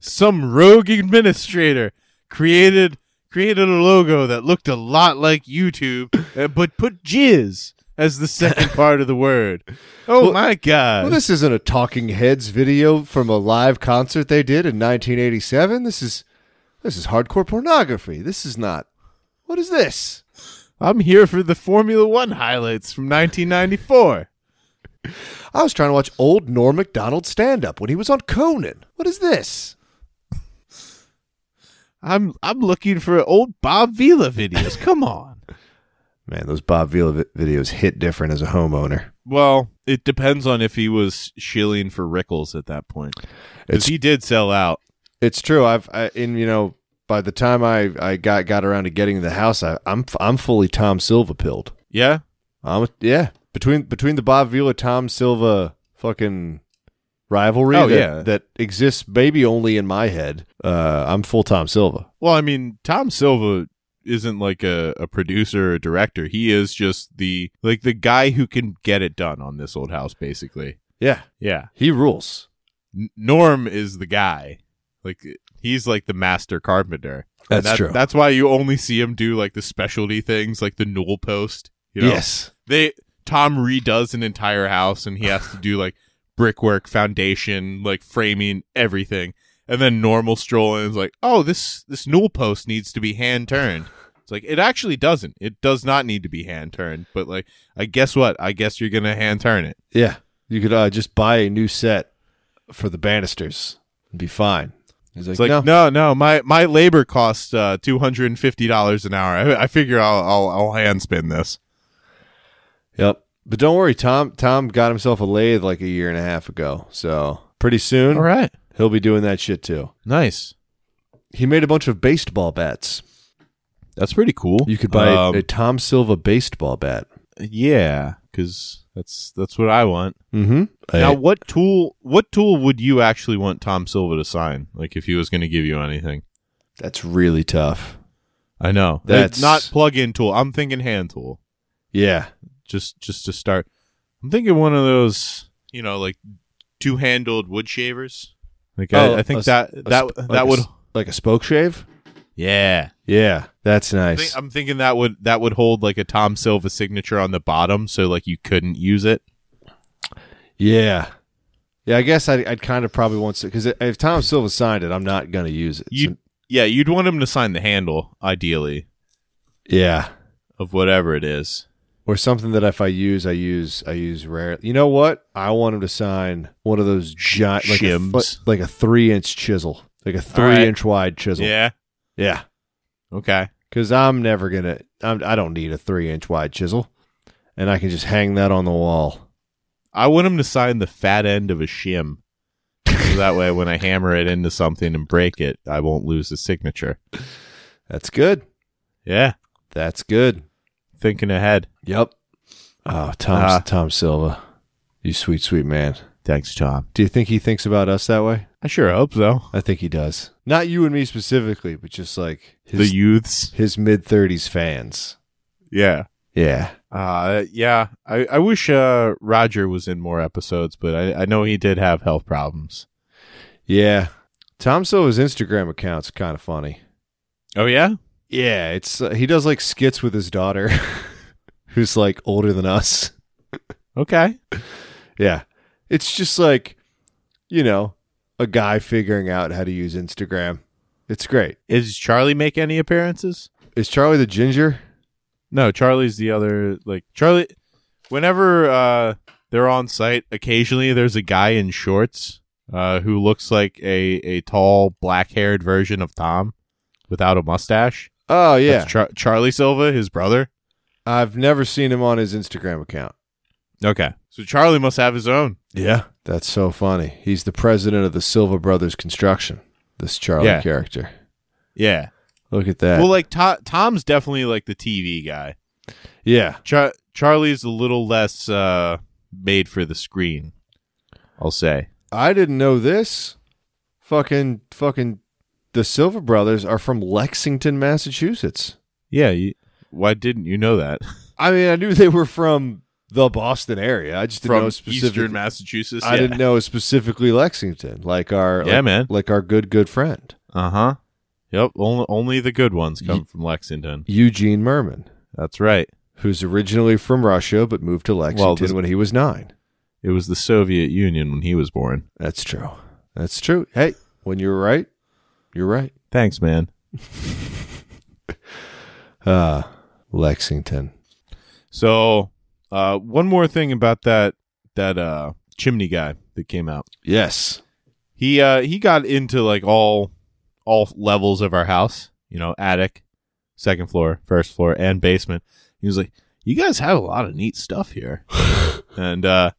Speaker 2: some rogue administrator created created a logo that looked a lot like YouTube, uh, but put jizz as the second part of the word. Oh
Speaker 1: Well-
Speaker 2: my god.
Speaker 1: well, this isn't a Talking Heads video from a live concert they did in 1987. This is this is hardcore pornography. This is not. What is this?
Speaker 2: I'm here for the Formula 1 highlights from 1994.
Speaker 1: I was trying to watch old Norm Macdonald stand up when he was on Conan. What is this?
Speaker 2: I'm I'm looking for old Bob Vila videos. Come on.
Speaker 1: Man, those Bob Vila vi- videos hit different as a homeowner.
Speaker 2: Well, it depends on if he was shilling for Rickles at that point. Because
Speaker 1: It's-
Speaker 2: he did sell out.
Speaker 1: It's true. I've I, and you know by the time I, I got got around to getting the house, I, I'm f- I'm fully Tom Silva pilled.
Speaker 2: Yeah?
Speaker 1: Um, yeah, between between the Bob Vila Tom Silva fucking rivalry
Speaker 2: Oh,
Speaker 1: that,
Speaker 2: yeah.
Speaker 1: that exists maybe only in my head. Uh, I'm full Tom Silva.
Speaker 2: Well, I mean, Tom Silva isn't like a, a producer or a director. He is just the like the guy who can get it done on this old house, basically.
Speaker 1: Yeah,
Speaker 2: Yeah.
Speaker 1: he rules.
Speaker 2: N- Norm is the guy. Like he's like the master carpenter. And
Speaker 1: That's true.
Speaker 2: That's why you only see him do like the specialty things, like the newel post. You know?
Speaker 1: Yes.
Speaker 2: they Tom redoes an entire house and he has to do like brickwork, foundation, like framing, everything. And then normal stroll in is like, oh, this this newel post needs to be hand turned. It's like it actually doesn't. It does not need to be hand turned. But like, I guess what? I guess you're gonna hand turn it.
Speaker 1: Yeah, you could uh, just buy a new set for the banisters and be fine. He's like,
Speaker 2: It's like
Speaker 1: no,
Speaker 2: no, no, my my labor costs uh, two hundred and fifty dollars an hour. I, I figure I'll, I'll I'll hand spin this.
Speaker 1: Yep. But don't worry, Tom. Tom got himself a lathe like a year and a half ago, so pretty soon
Speaker 2: right,
Speaker 1: he'll be doing that shit too.
Speaker 2: nice.
Speaker 1: He made a bunch of baseball bats.
Speaker 2: That's pretty cool.
Speaker 1: You could buy
Speaker 2: Um,
Speaker 1: a Tom Silva baseball bat.
Speaker 2: yeah, because that's that's what I want.
Speaker 1: Mm-hmm.
Speaker 2: Now, what tool? What tool would you actually want Tom Silva to sign? Like, if he was going to give you anything,
Speaker 1: that's really tough.
Speaker 2: I know
Speaker 1: That's-
Speaker 2: It's not plug-in tool. I'm thinking hand tool,
Speaker 1: Yeah.
Speaker 2: just just to start. I'm thinking one of those, you know, like two-handled wood shavers. Like, I-
Speaker 1: Oh,
Speaker 2: I,
Speaker 1: a
Speaker 2: think
Speaker 1: s-
Speaker 2: that
Speaker 1: a
Speaker 2: that
Speaker 1: sp-
Speaker 2: that
Speaker 1: like a
Speaker 2: would,
Speaker 1: s- like a spoke shave.
Speaker 2: yeah.
Speaker 1: Yeah, that's
Speaker 2: I
Speaker 1: nice.
Speaker 2: think, I'm thinking that would that would hold like a Tom Silva signature on the bottom, so like you couldn't use it.
Speaker 1: yeah. Yeah, I guess I'd, I'd kind of probably want to because if Tom Silva signed it, I'm not gonna use it.
Speaker 2: You,
Speaker 1: So-
Speaker 2: yeah, you'd want him to sign the handle, ideally,
Speaker 1: yeah,
Speaker 2: of whatever it is.
Speaker 1: or something that if I use, I use, I use rare. You know what? I want him to sign one of those giant, like a,
Speaker 2: Shims.
Speaker 1: foot- like a three inch chisel, like a three
Speaker 2: right.
Speaker 1: inch wide chisel.
Speaker 2: Yeah.
Speaker 1: yeah.
Speaker 2: Okay.
Speaker 1: Because I'm never gonna, I'm, I don't need a three inch wide chisel, and I can just hang that on the wall.
Speaker 2: I want him to sign the fat end of a shim. So that way, when I hammer it into something and break it, I won't lose the signature.
Speaker 1: That's good.
Speaker 2: Yeah.
Speaker 1: That's good.
Speaker 2: Thinking ahead.
Speaker 1: Yep. Oh, Tom,
Speaker 2: Ah.
Speaker 1: Tom Silva, you sweet, sweet man.
Speaker 2: Thanks, Tom.
Speaker 1: Do you think he thinks about us that way?
Speaker 2: I sure hope so.
Speaker 1: I think he does. Not you and me specifically, but just like
Speaker 2: The
Speaker 1: his
Speaker 2: youths.
Speaker 1: his mid thirties fans.
Speaker 2: Yeah.
Speaker 1: Yeah.
Speaker 2: Uh, yeah. I, I wish uh, Roger was in more episodes, but I, I know he did have health problems.
Speaker 1: Yeah. Tom Silva's Instagram account's kind of funny.
Speaker 2: Oh, yeah?
Speaker 1: Yeah, it's uh, he does like skits with his daughter, who's like older than us.
Speaker 2: Okay.
Speaker 1: Yeah, it's just like, you know, a guy figuring out how to use Instagram. It's great.
Speaker 2: Is Charlie make any appearances?
Speaker 1: Is Charlie the ginger?
Speaker 2: No, Charlie's the other like Charlie whenever uh they're on site, occasionally there's a guy in shorts uh who looks like a a tall black-haired version of Tom without a mustache.
Speaker 1: Oh yeah,
Speaker 2: That's Char- Charlie Silva, his brother.
Speaker 1: I've never seen him on his Instagram account.
Speaker 2: Okay. So Charlie must have his own.
Speaker 1: Yeah, that's so funny. He's the president of the Silva Brothers Construction. This Charlie
Speaker 2: Yeah.
Speaker 1: character.
Speaker 2: Yeah.
Speaker 1: Look at that.
Speaker 2: Well, like to- Tom's definitely like the TV guy.
Speaker 1: yeah,
Speaker 2: Char- Charlie's a little less uh made for the screen. I'll say.
Speaker 1: I didn't know this. Fucking, fucking, the Silva Brothers are from Lexington, Massachusetts.
Speaker 2: Yeah, you- why didn't you know that?
Speaker 1: I mean, I knew they were from the Boston area. I just didn't know
Speaker 2: From
Speaker 1: specifically.
Speaker 2: Eastern Massachusetts.
Speaker 1: I
Speaker 2: yeah.
Speaker 1: didn't know specifically Lexington, like our
Speaker 2: Yeah,
Speaker 1: like,
Speaker 2: man.
Speaker 1: like our good good friend
Speaker 2: Uh huh. Yep. Only only the good ones come
Speaker 1: Ye-
Speaker 2: from Lexington.
Speaker 1: Eugene Merman,
Speaker 2: That's right.
Speaker 1: who's originally from Russia but moved to Lexington
Speaker 2: this-
Speaker 1: when he was nine.
Speaker 2: It was the Soviet Union when he was born.
Speaker 1: That's true. That's true. Hey, when you're right, you're right.
Speaker 2: Thanks, man.
Speaker 1: Uh Lexington.
Speaker 2: So, uh, one more thing about that that uh chimney guy that came out.
Speaker 1: Yes.
Speaker 2: He uh he got into like all all levels of our house, you know, attic, second floor, first floor, and basement. He was like, You guys have a lot of neat stuff here. and uh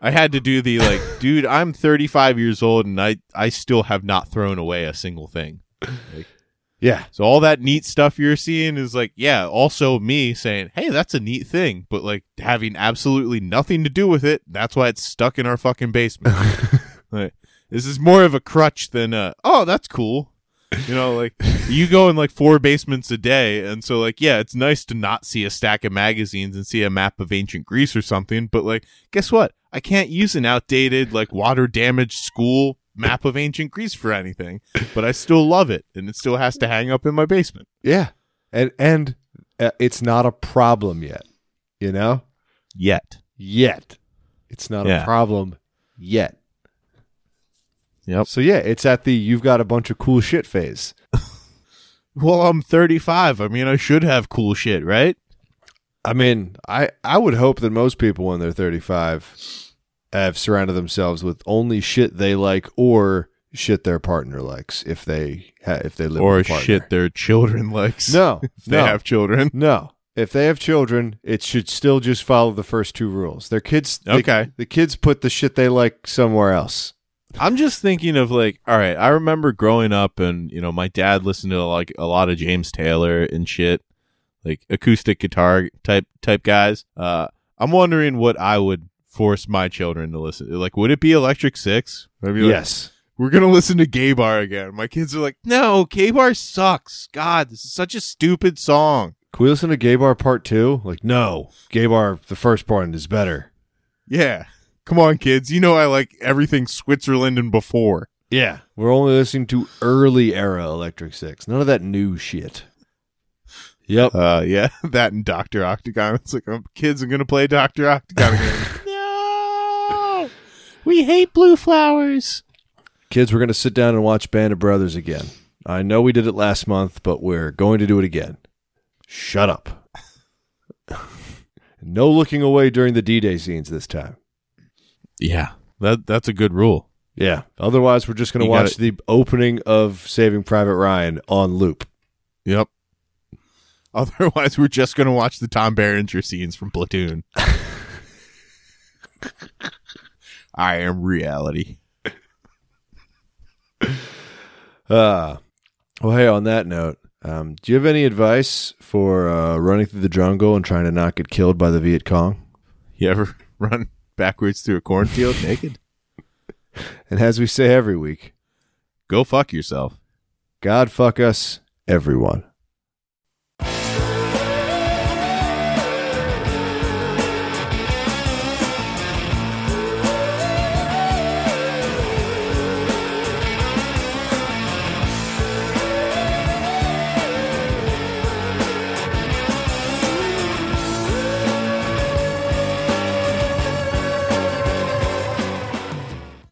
Speaker 2: I had to do the like, dude, I'm 35 years old and I I still have not thrown away a single thing.
Speaker 1: Yeah.
Speaker 2: So all that neat stuff you're seeing is like, yeah, also me saying, "Hey, that's a neat thing," but like having absolutely nothing to do with it. That's why it's stuck in our fucking basement. like, this is more of a crutch than a, "Oh, that's cool." You know, like you go in like four basements a day, and so like, yeah, it's nice to not see a stack of magazines and see a map of ancient Greece or something. But like, guess what? I can't use an outdated, like water damaged school map of ancient Greece for anything but I still love it, and it still has to hang up in my basement.
Speaker 1: Yeah. And and uh, it's not a problem yet. You know?
Speaker 2: Yet.
Speaker 1: Yet. It's not
Speaker 2: Yeah.
Speaker 1: a problem yet.
Speaker 2: Yep.
Speaker 1: So yeah, it's at the you've got a bunch of cool shit phase.
Speaker 2: Well, I'm 35. I mean, I should have cool shit, right?
Speaker 1: I mean, I I would hope that most people when they're 35 have surrounded themselves with only shit they like or shit their partner likes if they ha- if they live
Speaker 2: or
Speaker 1: with a partner.
Speaker 2: shit their children likes.
Speaker 1: No,
Speaker 2: If they
Speaker 1: no,
Speaker 2: have children.
Speaker 1: no. If they have children, it should still just follow the first two rules. Their kids, they-
Speaker 2: Okay.
Speaker 1: the kids put the shit they like somewhere else.
Speaker 2: I'm just thinking of like, all right, I remember growing up and, you know, my dad listened to like a lot of James Taylor and shit, like acoustic guitar type type guys. Uh I'm wondering what I would force my children to listen. to. Like would it be Electric 6? Maybe like,
Speaker 1: Yes,
Speaker 2: we're gonna listen to Gay Bar again. My kids are like, no, Gay Bar sucks. God, this is such a stupid song.
Speaker 1: can we listen to Gay Bar Part Two? Like, no, Gay Bar the first part is better.
Speaker 2: Yeah. Come on, kids. You know I like everything Switzerland and before.
Speaker 1: Yeah, we're only listening to early era Electric Six. None of that new shit. Yep.
Speaker 2: Uh yeah, that and Doctor Octagon. It's like oh, kids are gonna play Doctor Octagon again. no. We hate blue flowers.
Speaker 1: Kids, we're going to sit down and watch Band of Brothers again. I know we did it last month, but we're going to do it again. Shut up. no looking away during the D Day scenes this time.
Speaker 2: Yeah. That that's a good rule.
Speaker 1: Yeah. Otherwise, we're just going to
Speaker 2: You got
Speaker 1: watch the opening of Saving Private Ryan on loop.
Speaker 2: Yep. Otherwise, we're just gonna watch the Tom Berenger scenes from Platoon. I am reality.
Speaker 1: Uh, well, hey, on that note, um, do you have any advice for uh, running through the jungle and trying to not get killed by the Viet Cong?
Speaker 2: You ever run backwards through a cornfield naked?
Speaker 1: And as we say every week,
Speaker 2: Go fuck yourself.
Speaker 1: God fuck us, everyone.